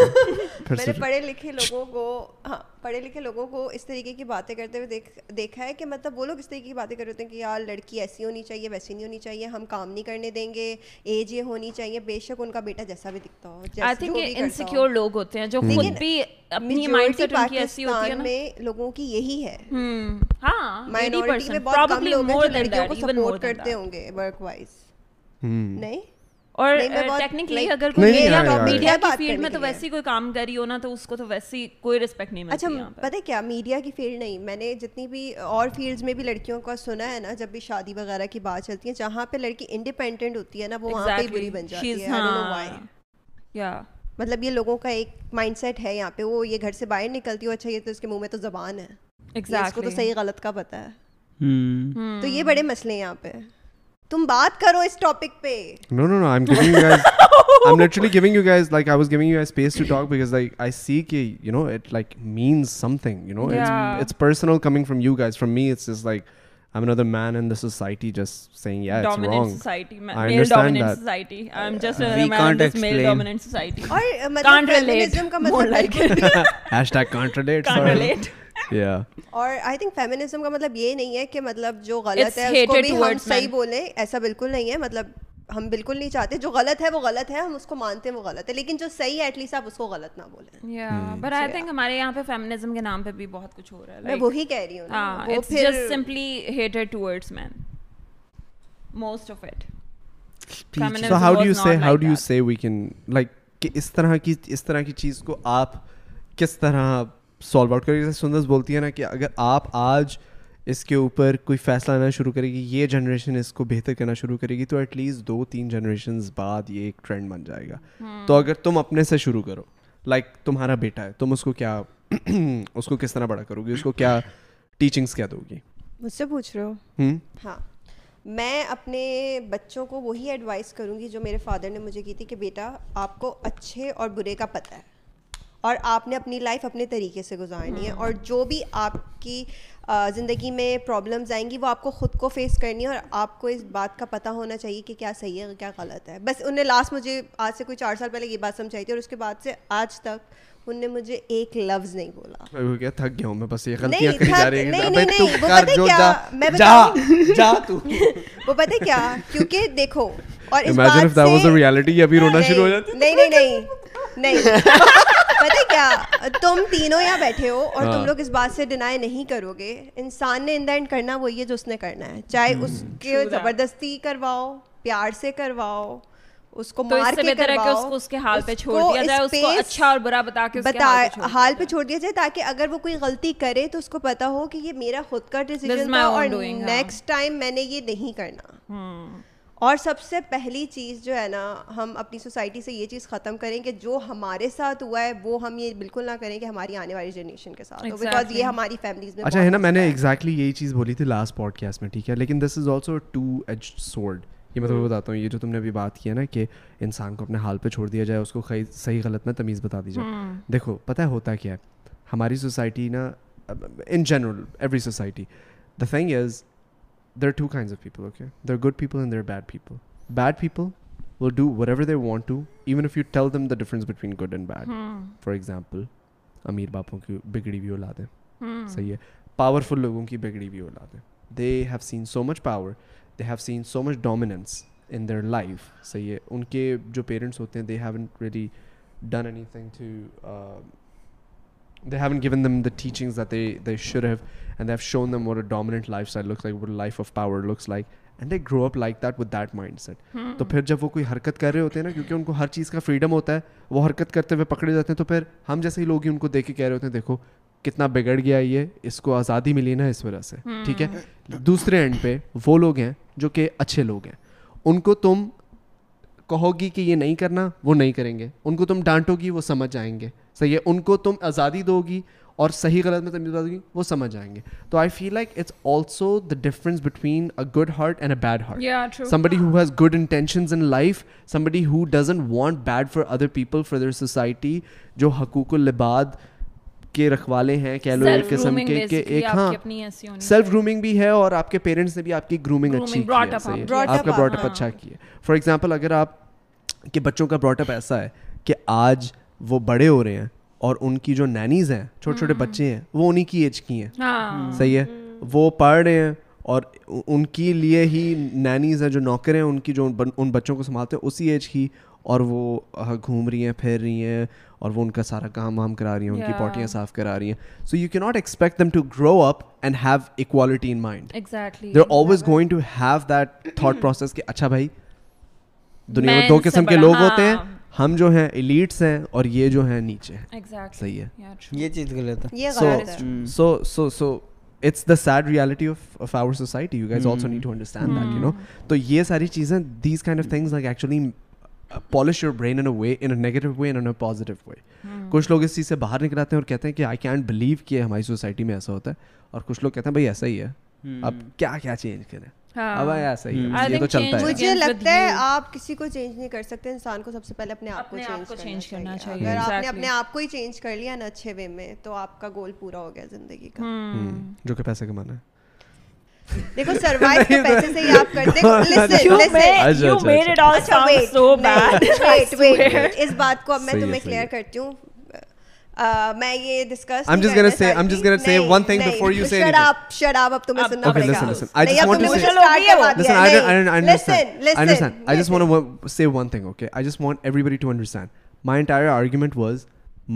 C: پھر
A: मैंने
C: سے-
A: पढ़े लिखे लोगों को
C: ہاں،
A: हाँ पढ़े लिखे लोगों को इस तरीके की बातें करते हुए देख देखा है कि
C: مطلب
A: मतलब वो लोग इस तरीके की बातें कर रहे होते हैं कि यार लड़की ऐसी होनी चाहिए वैसी नहीं होनी चाहिए हम काम नहीं करने देंगे एज ये होनी चाहिए बेशक उनका बेटा जैसा भी दिखता हो
B: I
A: जैसा
B: think
A: जो
B: ये
A: भी करता हो।
B: insecure लोग होते हैं जो
C: Hmm.
B: खुद भी अपनी माइंड
A: Majority
B: सेट उनकी ऐसी होती है
A: पाकिस्तान
B: ना
A: में लोगों की यही है
B: हम्म, हाँ
A: माइनॉरिटी में
B: 80%,
A: बहुत कम
B: probably
A: लोग हैं
B: more
A: जो
B: than
A: लड़कियों
B: that,
A: को
B: even more
A: सपोर्ट
B: than
A: करते
B: that.
A: होंगे वर्क वाइज
C: ہوں۔
A: नहीं
B: और
A: नहीं, मैं बहुत,
B: टेक्निकली
A: like,
B: अगर
C: नहीं,
B: कोई
C: नहीं,
B: मीडिया
C: हाँ, हाँ,
B: मीडिया
A: हाँ,
B: की
A: बात
B: फील्ड
A: करने
B: में तो
A: के लिए।
B: वैसी कोई काम करी हो ना तो उसको तो वैसी कोई रिस्पेक्ट नहीं मिलती
A: अच्छा
B: यहाँ पे।
A: पता है क्या मीडिया की फील्ड नहीं मैंने जितनी भी और फील्ड्स में भी लड़कियों का सुना है ना जब भी शादी वगैरह की बात चलती है जहाँ पे लड़की इंडिपेंडेंट होती है ना वो वहाँ पे ही
B: Exactly.
A: बुरी बन जाती
B: She's-
A: है
B: ہاں.
A: I don't know
B: हाँ।
A: why. مطلب
B: Yeah.
A: मतलब ये लोगों का एक माइंडसेट है यहाँ पे वो ये घर से बाहर निकलती हो अच्छा ये तो इसके मुंह में तो जबान है ये इसको तो
B: Exactly. Hmm.
A: सही गलत का पता है तो ये बड़े मसले हैं यहाँ पे तुम बात करो इस टॉपिक पे
C: No, no, no. I'm giving you guys. I'm literally giving you guys like I was giving you guys space to talk because like I see ki, you know it like means something. You know,
B: Yeah.
C: it's it's personal coming from you guys. From me, it's just like I'm another man in the society just saying yeah, it's
B: Dominant
C: wrong.
B: society, ma-
C: I
B: male
C: understand
B: dominant
C: that.
B: society. I'm just
D: We
B: another man in
D: can't
B: this male
D: explain.
B: dominant society.
A: और अ, मतलब
B: Can't relate.
A: مطلب feminism مطلب का
B: More
A: मतलब
B: like it.
C: Hashtag can't relate.
B: Can't
C: sorry.
B: relate.
C: Yeah.
A: और I think مطلب feminism का मतलब ये नहीं है कि मतलब जो
B: It's
A: गलत है उसको
B: hated
A: भी हम
B: towards
A: सही
B: men.
A: बोलें ऐसा बिल्कुल नहीं है मतलब مطلب ہم بالکل نہیں چاہتے جو غلط ہے وہ غلط ہے ہم اس کو مانتے ہیں وہ غلط ہے لیکن جو صحیح ہے ایٹ لیسٹ آپ اس کو غلط نہ بولیں
C: Hmm.
B: بٹ آئی تھنک ہمارے یہاں پہ فیمنزم کے نام پہ بھی بہت کچھ ہو رہا ہے
A: میں
B: like-
A: وہی کہہ رہی ہوں نا،
B: ہاں
A: وہ
B: it's
A: پھر
B: just simply hated towards men. Most of it. Feminism
C: so how do
B: was
C: you
B: not
C: say how
B: like
C: do you
B: that.
C: Say we can like کہ اس طرح کی اس طرح کی چیز کو آپ کس طرح سالو آؤٹ کریں جیسے سندس بولتی ہے نا کہ اگر آپ آج اس کے اوپر کوئی فیصلہ لینا شروع کرے گی یہ جنریشن اس کو بہتر کرنا شروع کرے گی تو ایٹ لیسٹ دو تین جنریشنز بعد یہ ایک ٹرینڈ بن جائے
B: ہاں۔
C: گا تو اگر تم اپنے سے شروع کرو لائک تمہارا بیٹا ہے تم اس کو کیا اس کو کس طرح بڑا کرو گی اس کو کیا ٹیچنگس کیا دو گی
A: مجھ سے پوچھ رہے ہو
C: ہوں
A: ہاں میں اپنے بچوں کو وہی ایڈوائس کروں گی جو میرے فادر نے مجھے کی تھی کہ بیٹا آپ کو اچھے اور برے کا پتہ ہے اور آپ نے اپنی لائف اپنے طریقے سے گزارنی ہے
C: ہاں۔
A: اور جو بھی آپ کی آ، زندگی میں پرابلمز آئیں گی وہ آپ کو خود کو فیس کرنی ہے اور آپ کو اس بات کا پتہ ہونا چاہیے کہ کیا صحیح ہے اور کیا غلط ہے بس انہوں نے لاسٹ مجھے آج سے کوئی چار سال پہلے یہ بات سمجھائی تھی اور اس کے بعد سے آج تک ان نے مجھے ایک لفظ نہیں بولا
C: ہو گیا تھک گیا ہوں میں بس یہ غلطیاں
A: نہیں
C: کری جا رہی ہیں ابے تو کر جو جا جا
A: نہیں
C: جا تو
A: وہ پتہ ہے کیا کیونکہ دیکھو اور اس
C: امیجن
A: بات
C: if that was
A: say
C: a reality ابھی رونا شروع ہو جاتا
A: نہیں نہیں نہیں نہیں پتہ کیا تم تینوں یہاں بیٹھے ہو اور
C: ہاں۔
A: تم لوگ اس بات سے ڈینائی نہیں کرو گے انسان نے ان دا اینڈ کرنا وہی ہے جو اس نے کرنا ہے چاہے
C: Hmm.
A: اس کے زبردستی کرواؤ پیار سے کرواؤ اس کو
B: تو
A: مار
B: اس سے
A: کے
B: بہتر ہے کہ
A: کرواؤ
B: اس کو اس کے حال پہ چھوڑ دیا جائے اس کو اچھا اور برا بتا کے اس کے حال
A: بتا
B: پہ چھوڑ دیا
A: حال پہ
B: جائے۔
A: چھوڑ دیا جائے تاکہ اگر وہ کوئی غلطی کرے تو اس کو پتا ہو کہ یہ میرا خود کا ڈیسیزن
B: my
A: تھا
B: own
A: اور
B: doing, ہاں۔
A: نیکسٹ ٹائم میں نے یہ نہیں کرنا اور سب سے پہلی چیز جو ہے نا ہم اپنی سوسائٹی سے یہ چیز ختم کریں کہ جو ہمارے ساتھ ہوا ہے وہ ہم یہ بالکل نہ کریں کہ ہماری آنے والی جنریشن کے ساتھ بیکاز یہ ہماری فیملیز میں
C: اچھا ہے نا میں نے ایگزیکٹلی یہی چیز بولی تھی لاسٹ پوڈ کاسٹ میں ٹھیک ہے لیکن this is also two edge sword یہ میں تمہیں بتاتا ہوں یہ جو تم نے ابھی بات کی ہے نا کہ انسان کو اپنے حال پہ چھوڑ دیا جائے اس کو صحیح غلط میں تمیز بتا دی جائے دیکھو پتہ ہے ہوتا کیا ہے ہماری سوسائٹی نا in general every society the thing is there two kinds of people okay there good people and there bad people bad people will do whatever they want to even if you tell them the difference between good and bad for example امیر باپوں کی بگڑی ہوئی اولادیں صحیح ہے powerful لوگوں کی بگڑی ہوئی اولادیں they have seen so much power they have seen so much dominance in their life صحیح ہے ان کے جو پیرنٹس ہوتے ہیں they haven't really done anything uh, to they haven't given them the teachings that they they should have and they have shown them اور dominant lifestyle looks like life of power looks like and they grow up like that with that mind set تو پھر جب وہ کوئی حرکت کر رہے ہوتے ہیں نا کیونکہ ان کو ہر چیز کا فریڈم ہوتا ہے وہ حرکت کرتے ہوئے پکڑے جاتے ہیں تو پھر ہم جیسے ہی لوگ ہی ان کو دیکھ کے کہہ رہے ہوتے ہیں دیکھو کتنا بگڑ گیا یہ اس کو آزادی ملی نا اس وجہ سے ٹھیک ہے دوسرے اینڈ پہ وہ لوگ ہیں جو کہ اچھے لوگ ہیں ان کو تم کہو گی کہ یہ نہیں کرنا وہ نہیں کریں گے ان کو تم ڈانٹو گی وہ سمجھ جائیں گے صحیح ہے ان کو تم آزادی دو گی اور صحیح غلط میں تمیز بتا دو گی وہ سمجھ جائیں گے تو I feel like it's also the difference between a good heart and a bad
B: Yeah,
C: heart
B: true.
C: somebody who has good intentions in life somebody who doesn't want bad for other people for their society جو حقوق العباد کے رکھوالے ہیں کہہ لو ایک قسم
B: Hmm. Self-grooming
C: کے کہ
B: basically
C: ایک
B: آپ کی
C: ہاں
B: اپنی ایسی ہونی
C: سیلف گرومنگ بھی ہے اور آپ کے پیرنٹس نے بھی آپ کی گرومنگ
B: Grooming,
C: اچھی کی
B: brought
C: ہے
B: up ہاں۔ آپ نے۔
C: صحیح ہے
A: Brought
C: آپ
A: up
C: کا براٹ
A: آپ
C: اپ
A: نے۔
C: اچھا کی ہے فار ایگزامپل اگر آپ کہ بچوں کا براٹ اپ ایسا ہے کہ آج وہ بڑے ہو رہے ہیں اور ان کی جو نینیز ہیں چھوٹے چھوٹے بچے ہیں وہ انہیں کی ایج کی ہیں
B: ہاں
C: صحیح ہے وہ پڑھ رہے ہیں اور ان کے لیے ہی نینیز ہیں جو نوکر ہیں ان کی جو ان بچوں کو سنبھالتے ہیں اسی ایج کی اور وہ گھوم رہی ہیں پھر رہی ہیں اور وہ ان کا سارا کام وام کرا رہی ہیں ان کی پوٹیاں صاف کرا رہی ہیں سو یو کی not expect them to grow up and have equality in mind
B: exactly
C: they're always going to have that thought process کہ اچھا بھائی دنیا میں دو قسم کے لوگ ہوتے ہیں ہم جو ہیں ایلیٹس ہیں اور یہ جو ہیں نیچے ہیں صحیح ہے
D: یہ چیز غلط ہے
A: یہ غلط ہے
C: so so so it's the sad reality of of our society you guys also need to understand that you know تو یہ ساری چیزیں these kind of things like actually polish your brain in a way in a negative way in a positive way کچھ لوگ اس چیز سے باہر نکل آتے ہیں اور کہتے ہیں کہ آئی کینٹ بلیو کہ ہماری سوسائٹی میں ایسا ہوتا ہے اور کچھ لوگ کہتے ہیں بھائی ایسا ہی ہے اب کیا کیا چینج کریں اب ایسا ہی ہے یہ تو چلتا ہے
A: مجھے لگتا ہے آپ کسی کو چینج نہیں کر سکتے انسان کو سب سے پہلے اپنے آپ کو چینج کرنا چاہیے اگر آپ نے اپنے آپ کو ہی چینج کر لیا نا اچھے وے میں تو آپ کا گول پورا ہو گیا زندگی کا
C: Mm. جو کہ پیسے کمانا ہے
A: دیکھو سروائیو کے پیسے سے ہی آپ کرتے لسن لسن اچھا ویٹ ویٹ ویٹ اس بات کو اب میں تمہیں کلیئر کرتی ہوں میں یہ discuss
C: I'm just gonna say- I'm just gonna say one thing before you say
A: shut
C: anything.
A: up shut up اب تمہیں
B: Okay,
A: سننا پڑے گا
C: listen, listen. I
A: نہیں،
C: just
A: اب
C: want
A: تم
C: to
A: نے مجھے
C: say-
A: start کروا دیا.
C: Listen, I, don't, I,
A: نہیں،
C: don't, I understand.
A: listen, listen,
C: I understand. I just
A: listen.
C: want to w- say one thing, okay? I just want everybody to understand. My entire argument was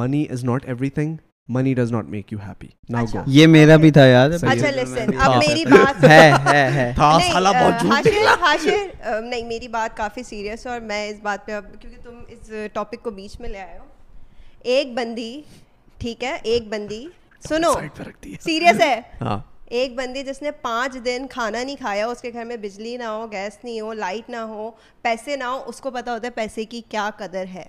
C: money is not everything. Money does not make you happy. Now
A: Acha.
C: go.
D: یہ میرا بھی تھا یار
A: اچھا listen اب میری بات
D: ہے ہے ہے
A: نہیں، آ، حاشر حاشر آ، نہیں میری بات کافی سیریس ہے اور میں اس بات پہ اب کیونکہ تم اس ٹاپک کو بیچ میں لے آئے ہو ایک بندی ٹھیک ہے ایک بندی سنو سیریس ہے
C: ہاں
A: ایک بندی جس نے پانچ دن کھانا نہیں کھایا اس کے گھر میں بجلی نہ ہو گیس نہیں ہو لائٹ نہ ہو پیسے نہ ہو اس کو پتا ہوتا ہے پیسے کی کیا قدر ہے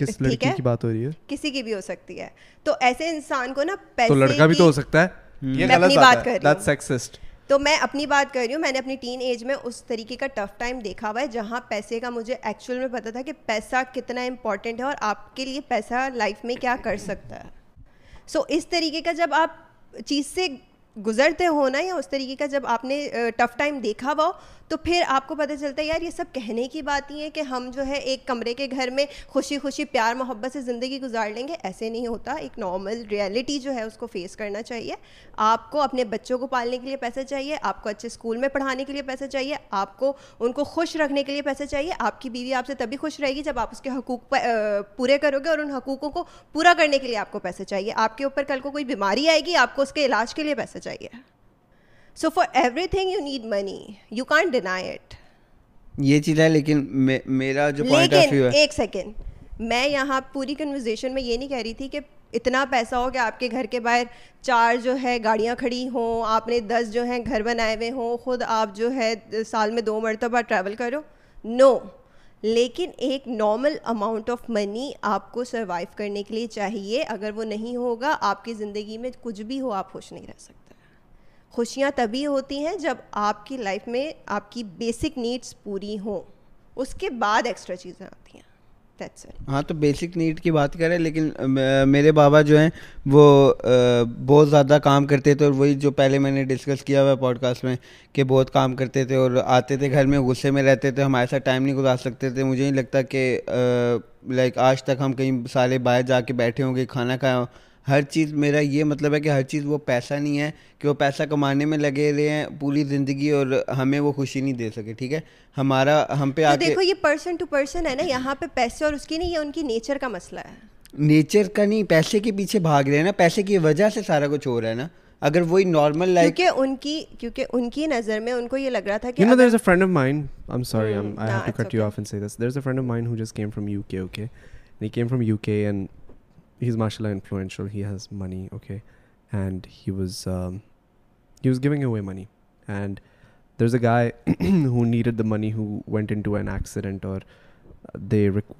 C: کس لڑکی کی بات ہو رہی ہے
A: کسی کی بھی ہو سکتی ہے تو ایسے انسان کو نا
C: تو
A: پیسے
C: لڑکا بھی تو ہو سکتا ہے یہ غلط بات ہے that's sexist
A: تو میں اپنی بات کر رہی ہوں میں نے اپنی ٹین ایج میں اس طریقے کا ٹف ٹائم دیکھا ہوا ہے جہاں پیسے کا مجھے ایکچوئل میں پتا تھا کہ پیسہ کتنا امپورٹنٹ ہے اور آپ کے لیے پیسہ لائف میں کیا کر سکتا ہے سو اس طریقے کا جب آپ چیز سے گزرتے ہو نا یا اس طریقے کا جب آپ نے ٹف ٹائم دیکھا ہوا ہو تو پھر آپ کو پتہ چلتا ہے یار یہ سب کہنے کی بات ہی ہے کہ ہم جو ہے ایک کمرے کے گھر میں خوشی خوشی پیار محبت سے زندگی گزار لیں گے ایسے نہیں ہوتا ایک نارمل ریالٹی جو ہے اس کو فیس کرنا چاہیے آپ کو اپنے بچوں کو پالنے کے لیے پیسے چاہیے آپ کو اچھے اسکول میں پڑھانے کے لیے پیسے چاہیے آپ کو ان کو خوش رکھنے کے لیے پیسے چاہیے آپ کی بیوی آپ سے تبھی خوش رہے گی جب آپ اس کے حقوق پورے کرو گے اور ان حقوقوں کو پورا کرنے کے لیے آپ کو پیسے چاہیے آپ کے اوپر کل کو کوئی بیماری آئے گی آپ کو اس کے علاج کے لیے پیسے چاہیے so for everything you need money you can't deny it
D: یہ چیز ہے لیکن میرا جو پوائنٹ آف ویو
A: لیکن
D: ہے
A: ایک سیکنڈ میں یہاں پوری کنورزیشن میں یہ نہیں کہہ رہی تھی کہ اتنا پیسہ ہو کہ آپ کے گھر کے باہر چار جو ہے گاڑیاں کھڑی ہوں آپ نے دس جو ہیں گھر بنائے ہوئے ہوں خود آپ جو ہے سال میں دو مرتبہ ٹریول کرو نو لیکن ایک نارمل اماؤنٹ آف منی آپ کو سروائیو کرنے کے لیے چاہیے اگر وہ نہیں ہوگا آپ کی زندگی میں کچھ بھی ہو آپ خوش نہیں رہ سکتے خوشیاں تبھی ہوتی ہیں جب آپ کی لائف میں آپ کی بیسک نیڈس پوری ہوں اس کے بعد ایکسٹرا چیزیں آتی ہیں دیٹس اٹ
D: ہاں تو بیسک نیڈ کی بات کریں لیکن میرے بابا جو ہیں وہ بہت زیادہ کام کرتے تھے اور وہی جو پہلے میں نے ڈسکس کیا ہوا ہے پوڈ کاسٹ میں کہ بہت کام کرتے تھے اور آتے تھے گھر میں غصے میں رہتے تھے ہمارے ساتھ ٹائم نہیں گزار سکتے تھے مجھے نہیں لگتا کہ لائک آج تک ہم کہیں سارے باہر جا کے بیٹھے ہوں گے کھانا کھایا ہوں ہر چیز میرا یہ مطلب ہے کہ ہر چیز وہ پیسہ نہیں ہے کہ وہ پیسہ کمانے میں لگے رہے ہیں پوری زندگی اور ہمیں وہ خوشی نہیں دے سکے ٹھیک ہے ہمارا ہم پہ
A: تو
D: آ کے
A: دیکھو یہ پرسن ٹو پرسن ہے نا یہاں پہ پیسے اور اس کی نہیں یہ ان کی نیچر کا مسئلہ ہے
D: نیچر کا نہیں پیسے کے پیچھے بھاگ رہے ہیں نا پیسے کی وجہ سے سارا کچھ ہو رہا ہے نا اگر وہی نارمل لائف
A: کیونکہ ان کی کیونکہ ان کی نظر میں ان کو یہ لگ رہا تھا کہ
C: You know, there's a friend of mine. I'm sorry, I'm,
A: Mm,
C: I
A: nah,
C: have to
A: it's
C: cut you off and say this. There's a friend of mine who just came from UK. Okay, and he came from UK, and he's mashallah influential. He has money. Okay, and he was um, he was giving away money, and there's a guy who needed the money who went into an accident or uh, they req-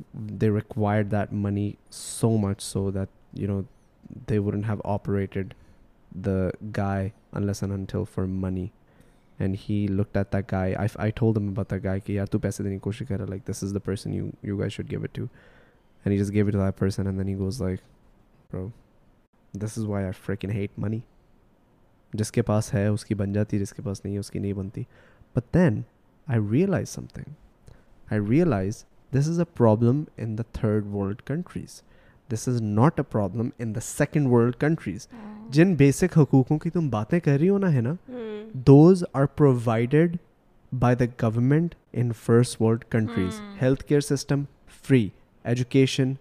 C: they required that money so much so that you know they wouldn't have operated the guy unless and until for money and he looked at that guy i, f- I told him about that guy ki, yaar, tu paise dene ki koshish kar raha, like this is the person you you guys should give it to and he just gave it to that person and then he goes like bro this is why i freaking hate money جس کے پاس ہے اس کی بن جاتی ہے جس کے پاس نہیں ہے اس کی نہیں بنتی but then I realise something I realise this is a problem in the third world countries this is not a problem in the second world countries جن بیسک حقوقوں کی تم باتیں کر رہی ہو نا ہے نا those are provided by the government in first world countries health care system free education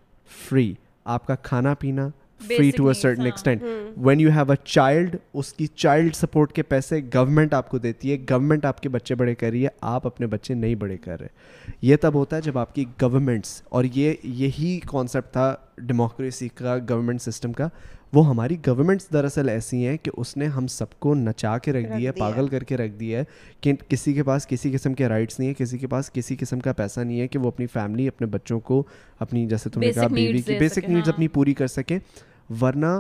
C: free آپ کا کھانا پینا free
B: Basic
C: to a
B: needs,
C: certain
B: ہاں.
C: Extent when you have a child اس کی چائلڈ سپورٹ کے پیسے گورنمنٹ آپ کو دیتی ہے گورنمنٹ آپ کے بچے بڑے کر رہی ہے آپ اپنے بچے نہیں بڑے کر رہے یہ تب ہوتا ہے جب آپ کی گورنمنٹس اور یہ یہی کانسیپٹ تھا ڈیموکریسی کا گورنمنٹ سسٹم کا وہ ہماری گورنمنٹس دراصل ایسی ہیں کہ اس نے ہم سب کو نچا کے رکھ دیا ہے پاگل کر کے رکھ دیا ہے کہ کسی کے پاس کسی قسم کے رائٹس نہیں ہے کسی کے پاس کسی قسم کا پیسہ نہیں ہے کہ وہ اپنی فیملی اپنے بچوں کو اپنی جیسے تم نے کہا بیوی کی بیسک نیڈس اپنی پوری کر سکیں ورنہ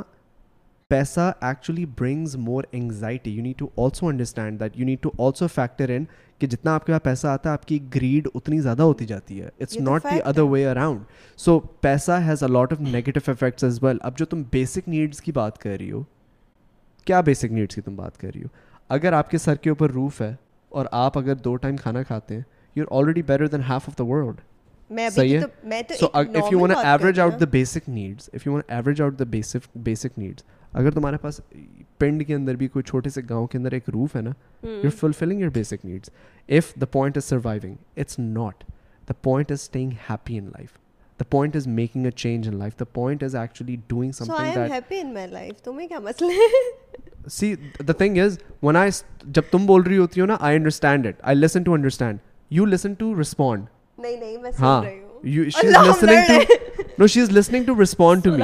C: پیسہ actually brings more anxiety you need to also understand that you need to also factor in کہ جتنا آپ کے پاس پیسہ آتا ہے آپ کی گریڈ اتنی زیادہ ہوتی جاتی ہے اٹس
A: یہ تو
C: not the
A: fact
C: other way around so پیسہ has a lot of negative effects as well اب جو تم بیسک نیڈس کی بات کر رہی ہو کیا بیسک نیڈس کی تم بات کر رہی ہو اگر آپ کے سر کے اوپر روف ہے اور آپ اگر دو ٹائم کھانا کھاتے ہیں you are already better than half of the world
A: میں
C: صحیح
A: ابھی
C: ہے
A: تو میں تو
C: so if you want average out
A: the
C: the basic needs if you want average out the basic basic needs اگر تمہارے پاس پنڈ کے اندر بھی کوئی چھوٹے سے گاؤں کے اندر ایک روف ہے نا you fulfilling your basic needs if the point is surviving it's not the point is staying happy in life the point is making a change in life the point is actually doing some
A: so I
C: thing
A: am
C: that
A: happy in my life تمہیں کیا مسئلہ ہے
C: see the thing is one I جب تم بول رہی ہوتی ہو نا I understand it I listen to understand you listen to respond
A: نہیں نہیں میں
C: ہاں
A: سن رہی ہوں
B: So that she can say something and then-
A: No, no,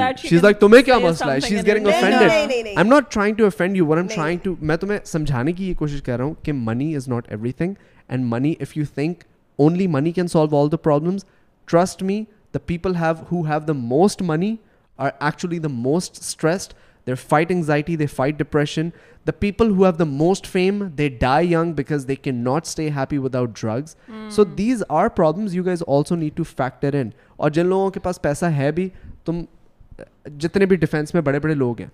A: no, no, no.
C: سمجھانے کی یہ کوشش کر رہا ہوں کہ money is not everything and money if you think only money can solve all the problems trust me the people who have the most money are actually the most stressed they fight anxiety they fight depression the people who have the most fame they die young because they can not stay happy without drugs so these are problems you guys also need to factor in اور جن لوگوں کے پاس پیسہ ہے بھی تم جتنے بھی ڈیفینس میں بڑے بڑے لوگ ہیں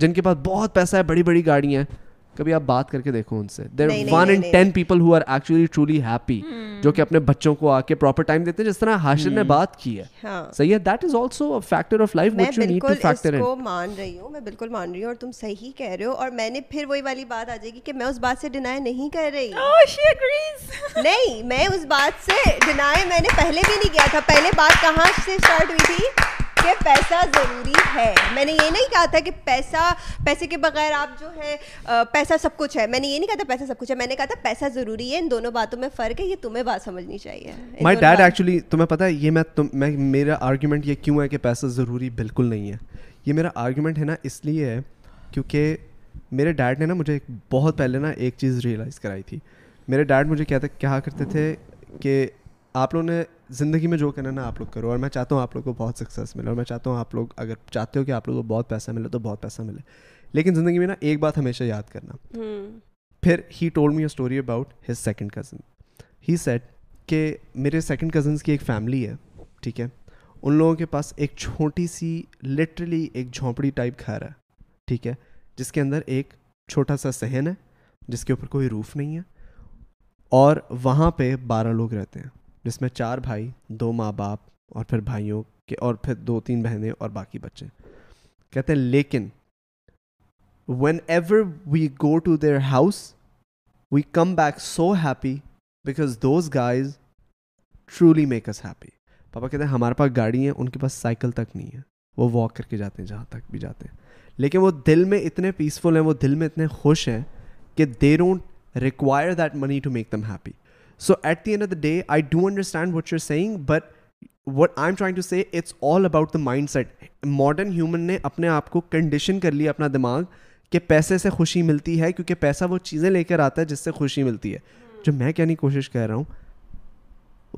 C: جن کے پاس بہت پیسہ ہے بڑی بڑی گاڑیاں ہیں کبھی آپ بات کر کے دیکھو ان سے there one and ten people who are actually truly happy
A: Hmm.
C: جو کہ اپنے بچوں کو آ کے پراپر ٹائم دیتے ہیں جس طرح ہاشر نے بات کی ہے
A: ہاں
C: صحیح ہے that is also factor of life
A: میں
C: وچ یو نیڈ ٹو
A: بالکل اس
C: فیکٹر ان
A: کو مان رہی ہوں میں بالکل مان رہی ہوں اور تم صحیح کہہ رہے ہو اور میں نے پھر وہی والی بات آ جائے گی کہ میں اس بات سے ڈینائی نہیں کر رہی نہیں میں اس بات سے ڈینائی میں نے پہلے بھی نہیں کیا تھا پہلے بات کہاں سے اسٹارٹ ہوئی تھی کہ پیسہ ضروری ہے میں نے یہ نہیں کہا تھا کہ پیسہ پیسے کے بغیر آپ جو ہے پیسہ سب کچھ ہے میں نے یہ نہیں کہا تھا پیسہ سب کچھ ہے میں نے کہا تھا پیسہ ضروری ہے ان دونوں باتوں میں فرق ہے یہ تمہیں بات سمجھنی چاہیے
C: مائی ڈیڈ ایکچولی تمہیں پتہ ہے یہ میں تم میں میرا آرگیومنٹ یہ کیوں ہے کہ پیسہ ضروری بالکل نہیں ہے یہ میرا آرگیومنٹ ہے نا اس لیے ہے کیونکہ میرے ڈیڈ نے نا مجھے ایک بہت پہلے نا ایک چیز ریئلائز کرائی تھی میرے ڈیڈ مجھے کیا تھا کہا کرتے تھے کہ آپ لوگوں نے زندگی میں جو کرنا نا آپ لوگ کرو اور میں چاہتا ہوں آپ لوگ کو بہت سکسیز ملے اور میں چاہتا ہوں آپ لوگ اگر چاہتے ہو کہ آپ لوگ کو بہت پیسہ ملے تو بہت پیسہ ملے لیکن زندگی میں نا ایک بات ہمیشہ یاد کرنا پھر he told me a story about his second cousin he said کہ میرے سیکنڈ کزنس کی ایک فیملی ہے ٹھیک ہے ان لوگوں کے پاس ایک چھوٹی سی لٹرلی ایک جھونپڑی ٹائپ گھر ہے ٹھیک ہے جس کے اندر ایک چھوٹا سا صحن ہے جس کے اوپر کوئی روف نہیں ہے اور وہاں پہ بارہ لوگ رہتے ہیں جس میں چار بھائی دو ماں باپ اور پھر بھائیوں کے اور پھر دو تین بہنیں اور باقی بچے کہتے ہیں لیکن whenever we go to their house we come back so happy because those guys truly make us happy پاپا کہتے ہیں ہمارے پاس گاڑی ہیں ان کے پاس سائیکل تک نہیں ہے وہ واک کر کے جاتے ہیں جہاں تک بھی جاتے ہیں لیکن وہ دل میں اتنے پیسفل ہیں وہ دل میں اتنے خوش ہیں کہ they don't require that money to make them happy so at the end of the day I do understand what you saying but what I am trying to say it's all about the mindset modern human نے اپنے آپ کو condition کر لیا اپنا دماغ کہ پیسے سے خوشی ملتی ہے کیونکہ پیسہ وہ چیزیں لے کر آتا ہے جس سے خوشی ملتی ہے جو میں کہنے کی کوشش کر رہا ہوں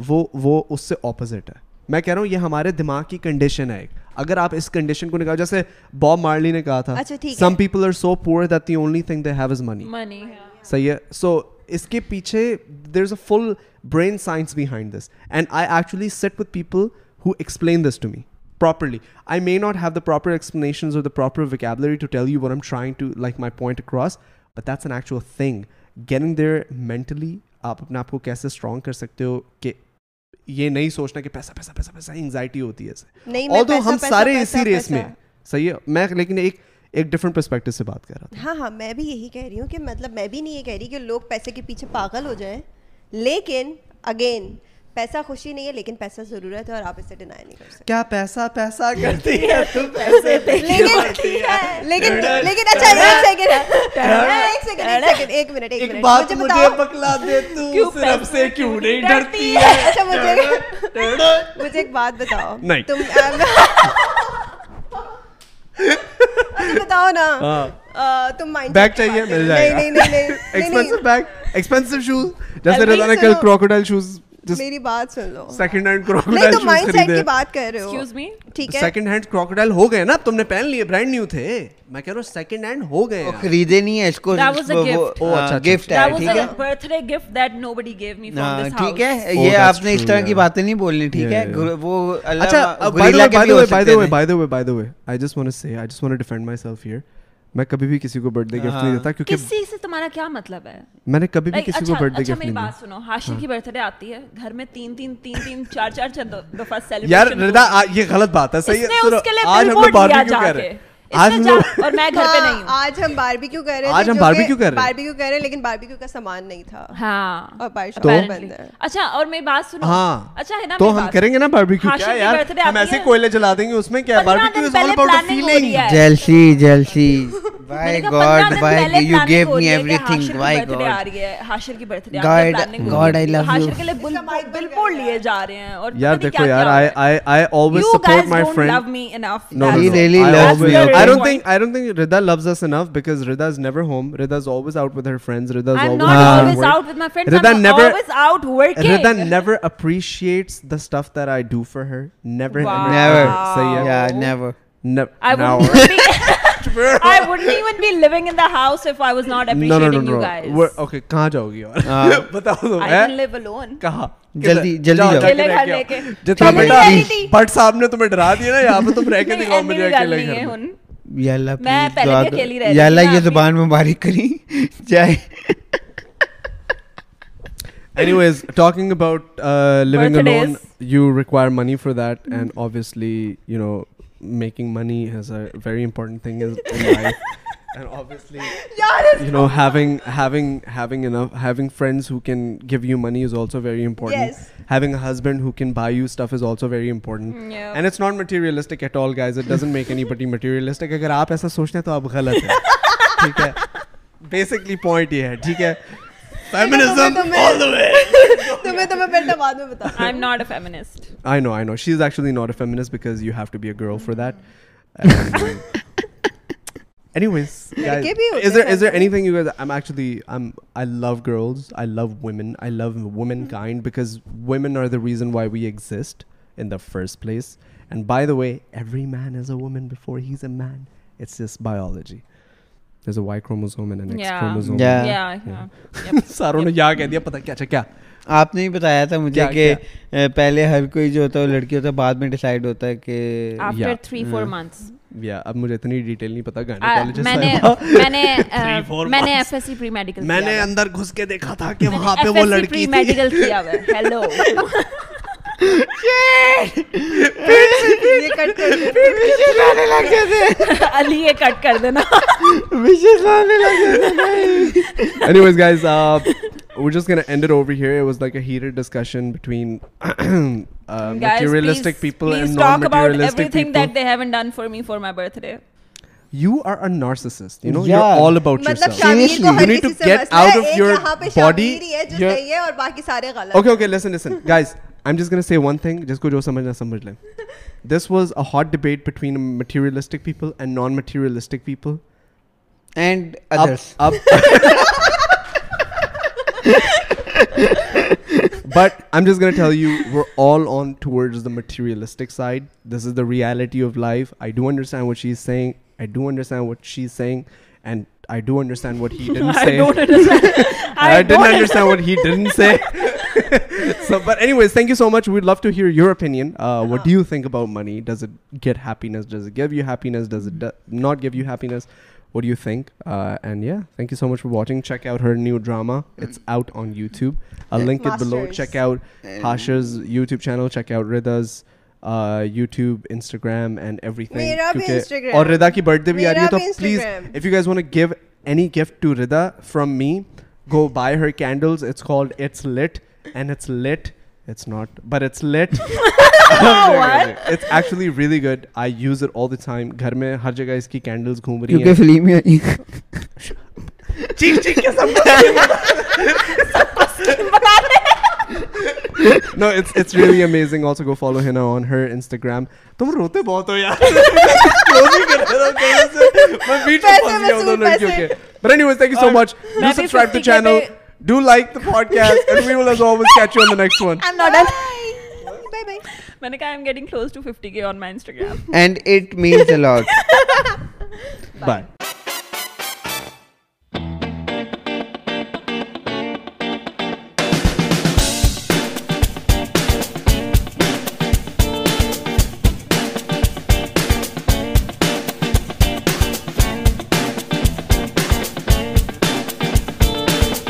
C: وہ وہ اس سے اپوزٹ ہے میں کہہ رہا ہوں یہ ہمارے دماغ کی کنڈیشن ہے ایک اگر آپ اس کنڈیشن کو نکالو جیسے باب مارلی نے کہا تھا some people are so poor that the only thing they have is money
B: money
C: صحیح ہے سو اس کے پیچھے there is a full brain science behind this and I actually sat with people who explain this to me properly I may not have the proper explanations اور the proper vocabulary to tell you what I'm trying to like my point across but that's an actual thing getting there mentally آپ اپنے آپ کو کیسے strong کر سکتے ہو کہ یہ نہیں سوچنا کہ پیسہ پیسہ پیسہ پیسہ انگزائٹی ہوتی ہے اسے
A: نہیں
C: اور تو ہم سارے اسی ریس میں صحیح ہے میں لیکن ایک ایک ڈفرنٹ پرسپیکٹو سے بات کر رہا تھا
A: ہاں ہاں میں بھی یہی کہہ رہی ہوں کہ مطلب میں بھی نہیں یہ کہہ رہی کہ لوگ پیسے کے پیچھے پاگل ہو جائیں لیکن اگین پیسہ خوشی نہیں ہے لیکن پیسہ ضرورت ہے اور آپ اسے ڈینائی نہیں کر سکتے
C: کیا پیسہ پیسہ کرتی ہے تم پیسے
A: لیکن لیکن لیکن اچھا ایک سیکنڈ ایک سیکنڈ ایک سیکنڈ ایک منٹ ایک
C: ایک
A: منٹ
C: بات
A: مجھے
C: مجھے
A: بتاؤ
C: پکڑا دے تو صرف سے کیوں نہیں ڈرتی
A: اچھا مجھے مجھے ایک بات بتاؤ تم اچھا، اچھا، بتاؤ نا تم مائنڈ
C: ہاں۔ بیگ چاہیے مل جائے گا
A: نہیں نہیں نہیں
C: ایکسپینسو بیگ ایکسپینسو شوز جیسے
A: ارے
C: رضا نے
A: نہیں
C: کل
A: سنو۔
C: کروکوڈائل شوز
A: میری بات سن لو
C: سیکنڈ ہینڈ
A: نہیں
C: کروکوڈائل
A: تم
C: شوز
A: مائنڈ سیٹ
C: خریدے
A: کی بات کر رہے ہو
B: ایکسکیوز می
A: ٹھیک ہے
C: سیکنڈ ہینڈ کروکوڈائل ہو گئے نا اب تم نے پہن لیے برانڈ نیو تھے میں کہہ رہا ہوں سیکنڈ ہینڈ ہو گئے ہیں۔
D: خریدے نہیں ہے اس کو
C: اچھا،
D: گفٹ ہے
B: اچھا۔
D: ٹھیک ہے ہاں،
B: birthday gift that nobody give me from this
D: ٹھیک ہے یہ آپ نے اس طرح کی باتیں نہیں بولنی ٹھیک ہے وہ
C: اچھا
D: اللہ
C: by the way by the way by the way I just want to say I just want to defend myself here میں کبھی بھی کسی کو برتھ ڈے گفٹ نہیں دیتا کیونکہ
B: کسی سے تمہارا کیا مطلب ہے
C: میں نے کبھی بھی
B: Like,
C: کسی کو
B: اچھا-
C: برتھ ڈے
B: اچھا میری
C: گفٹ نہیں دیا
B: بات سنو ہاشم کی برتھ ڈے آتی ہے گھر میں تین تین تین تین چار چار چند دفعہ
C: یار
B: celebration
C: ردا
B: ہوتی ہے۔
C: یہ غلط بات ہے صحیح
B: اس نے
C: ہے
B: اس کے لیے
C: آج ہم
B: billboard دیا
C: لوگ
B: جا
C: باربیکیو کر
B: کے۔
C: رہے
B: اس
C: آج
B: نے
C: ہم
B: جا-
C: لوگ
B: اور میں گھر پہ نہیں ہوں
A: ہاں، آج ہم باربیکیو کر رہے
C: آج ہم barbecue کر رہے ہیں۔
A: باربیکیو کر رہے ہیں لیکن باربیکیو کا سامان نہیں تھا
B: ہاں
A: اور بارش
C: تو-
A: بند ہے
B: اچھا اور میری بات سنو
C: ہاں
B: اچھا ہے نا
C: تو ہم کریں گے نا باربیکیو
B: ہاشم
C: کیا
B: کی
C: یار
B: birthday
C: ہم
B: آتی
C: ایسے
B: ہے۔
C: کوئلے جلا دیں گے اس میں کیا
B: پندرہ
C: باربیکیو
B: دن
C: از آل
B: پہلے
C: اباؤٹ ا
B: planning ہو رہی
C: فیلنگ
B: ہے۔
D: jealousy jealousy by god by you gave me everything by god God- God, I love you.
C: یار دیکھو یار I I I always support my friend No, no,
D: He
C: no.
D: really
C: I
D: loves
C: always-
D: me, okay?
C: I don't think I don't think Rida loves us enough because Rida is never home. Rida is always out with her friends. Rida is always, at work. Rida never Rida never appreciates the stuff that I do for her. Never,
B: Wow.
C: ever,
D: Never.
C: ever. Say yeah.
D: yeah never
C: Nev- now. No, no, no, no. We're,
B: جا
C: okay, کہاں جاؤ گی اور
D: ہاں۔
C: بتاؤ تو ہیں؟ کہاں
D: جلدی-
C: کدھر؟
D: جلدی
C: جاؤ،
D: جاؤ۔
C: جا کے
B: اکیلے
C: لے
B: گھر
C: کے
B: لے
C: آؤ۔
B: کے۔
C: جتنا
D: پہلے
C: بیٹا
B: جلدی تھی۔
C: بٹ صاحب نے تمہیں ڈرا دیا نا یہاں پہ تم رہ کے دکھاؤ مجھے اکیلے گھر میں۔
D: یا اللہ
B: میں
D: please
B: پہلے
D: دعا
B: بھی
D: کر-
B: اکیلی رہ رہی
D: یا اللہ
B: تھی نا
D: یہ
B: ابھی۔
D: زبان مبارک کری جائے
C: Anyways, talking about uh, living alone,
B: Birthdays.
C: you require money for that, and obviously, you know, making money is a very important thing is in life, and obviously, you know, having having having enough having friends who can give you money is also very important.
A: Yes.
C: Having a husband who can buy you stuff is also very important.
B: Mm,
C: And it's not materialistic at all, guys. It doesn't make anybody materialistic. اگر آپ ایسا سوچتے ہیں تو آپ غلط ہیں ٹھیک ہے بیسکلی پوائنٹ یہ ہے ٹھیک ہے فیمنزم آل دا وے
A: تمہیں تو میں پہلے بعد میں بتا
C: I know, I know. She's actually not a feminist because you have to be a girl for that. Um, anyways, guys,
A: लड़के भी होते
C: is there
A: हैं
C: is there
A: feminist.
C: anything you guys? I'm actually I'm I love girls. I love women. I love womankind because women are the reason why we exist in the first place. And by the way, every man is a woman before he's a man. It's just biology. There's a Y chromosome and an X
B: Yeah.
C: chromosome.
D: Yeah.
C: सारों ने या कह दिया पता क्या अच्छा क्या
D: آپ نے ہی بتایا تھا مجھے
C: کیا-
D: کہ اے، پہلے ہر کوئی جو ہوتا ہے وہ لڑکی ہوتا ہے بعد میں ڈیسائیڈ ہوتا ہے کہ
C: Mm. یا اب مجھے اتनी ڈیٹیل نہیں پتا
B: Ah,
C: gynecologist
B: میں نے
C: साहब।
B: میں نے میں نے F S C pre medical
C: میں نے اندر گھس کے دیکھا تھا کہ وہاں پہ وہ لڑکی تھی
B: میڈیکل کیا ہوا ہے ہیلو
A: یہ کرتے
B: علی یہ کٹ کر دینا
C: Anyways, guys, uh, we're just gonna end it over here. It was like a heated discussion between uh, materialistic people and non-materialistic people. you are a narcissist. You know,
D: Yeah.
C: you're all about
A: مطلب
C: yourself.
A: شامیر کو
C: You
A: Hare
C: need to
A: کسی سے
C: get out of your body. Your-
A: ہے اور باقی سارے غلط
C: Okay, okay, listen, listen. Guys, I'm just going to say one thing. Just go jo samajhna, samajh lein. This was a hot debate between materialistic people and non-materialistic people.
D: And
C: Up-
D: others
C: up- but I'm just gonna tell you, we're all on towards the materialistic side. This is the reality of life. I do understand what she's saying. I do understand what she's saying, and I do understand what he didn't say. I, didn't understand what he didn't say. so, but anyways, thank you so much. We'd love to hear your opinion. Uh, what do you think about money? Does it get happiness? Does it give you happiness? Does it do- not give you happiness? What do you think? Uh, and yeah, thank you so much for watching. Check out her new drama. It's out on YouTube. I'll link it below.
A: Masters.
C: Check out Hasha's YouTube channel. Check out Rida's. Uh, YouTube, Instagram, and everything.
A: میرا بھی
C: کیونکہ-
A: Instagram.
C: اور ردا کی birth day بھی آ رہی ہے
A: میرا
C: تو
A: بھی
C: please
A: Instagram.
C: if you guys want to give any gift to Rida from me, go buy her candles. It's called It's Lit, and it's lit. It's not, but it's lit.
B: What?
C: It's actually really good. I use it all the time. گھر میں ہر جگہ اس کی candles گھوم رہی
D: کیونکہ
C: ہیں
D: film
C: No, it's it's really amazing. Also, go follow Hina on her Instagram. تم روتے بہت ہو یار میں بیچ
A: पैसे
C: میں پھنس گیا ہوں دو
A: वसूल,
C: لڑکیوں
A: पैसे।
C: کے But anyways, thank you so
B: और
C: much. Do
B: मैं भी
C: subscribe to
B: 50 के
C: channel.
B: पे-
C: Do like the podcast, and we will as always catch you on the next one.
A: Bye by
B: میں نے کہا I am getting close to fifty K on my Instagram
D: and it means الاٹ
C: Bye.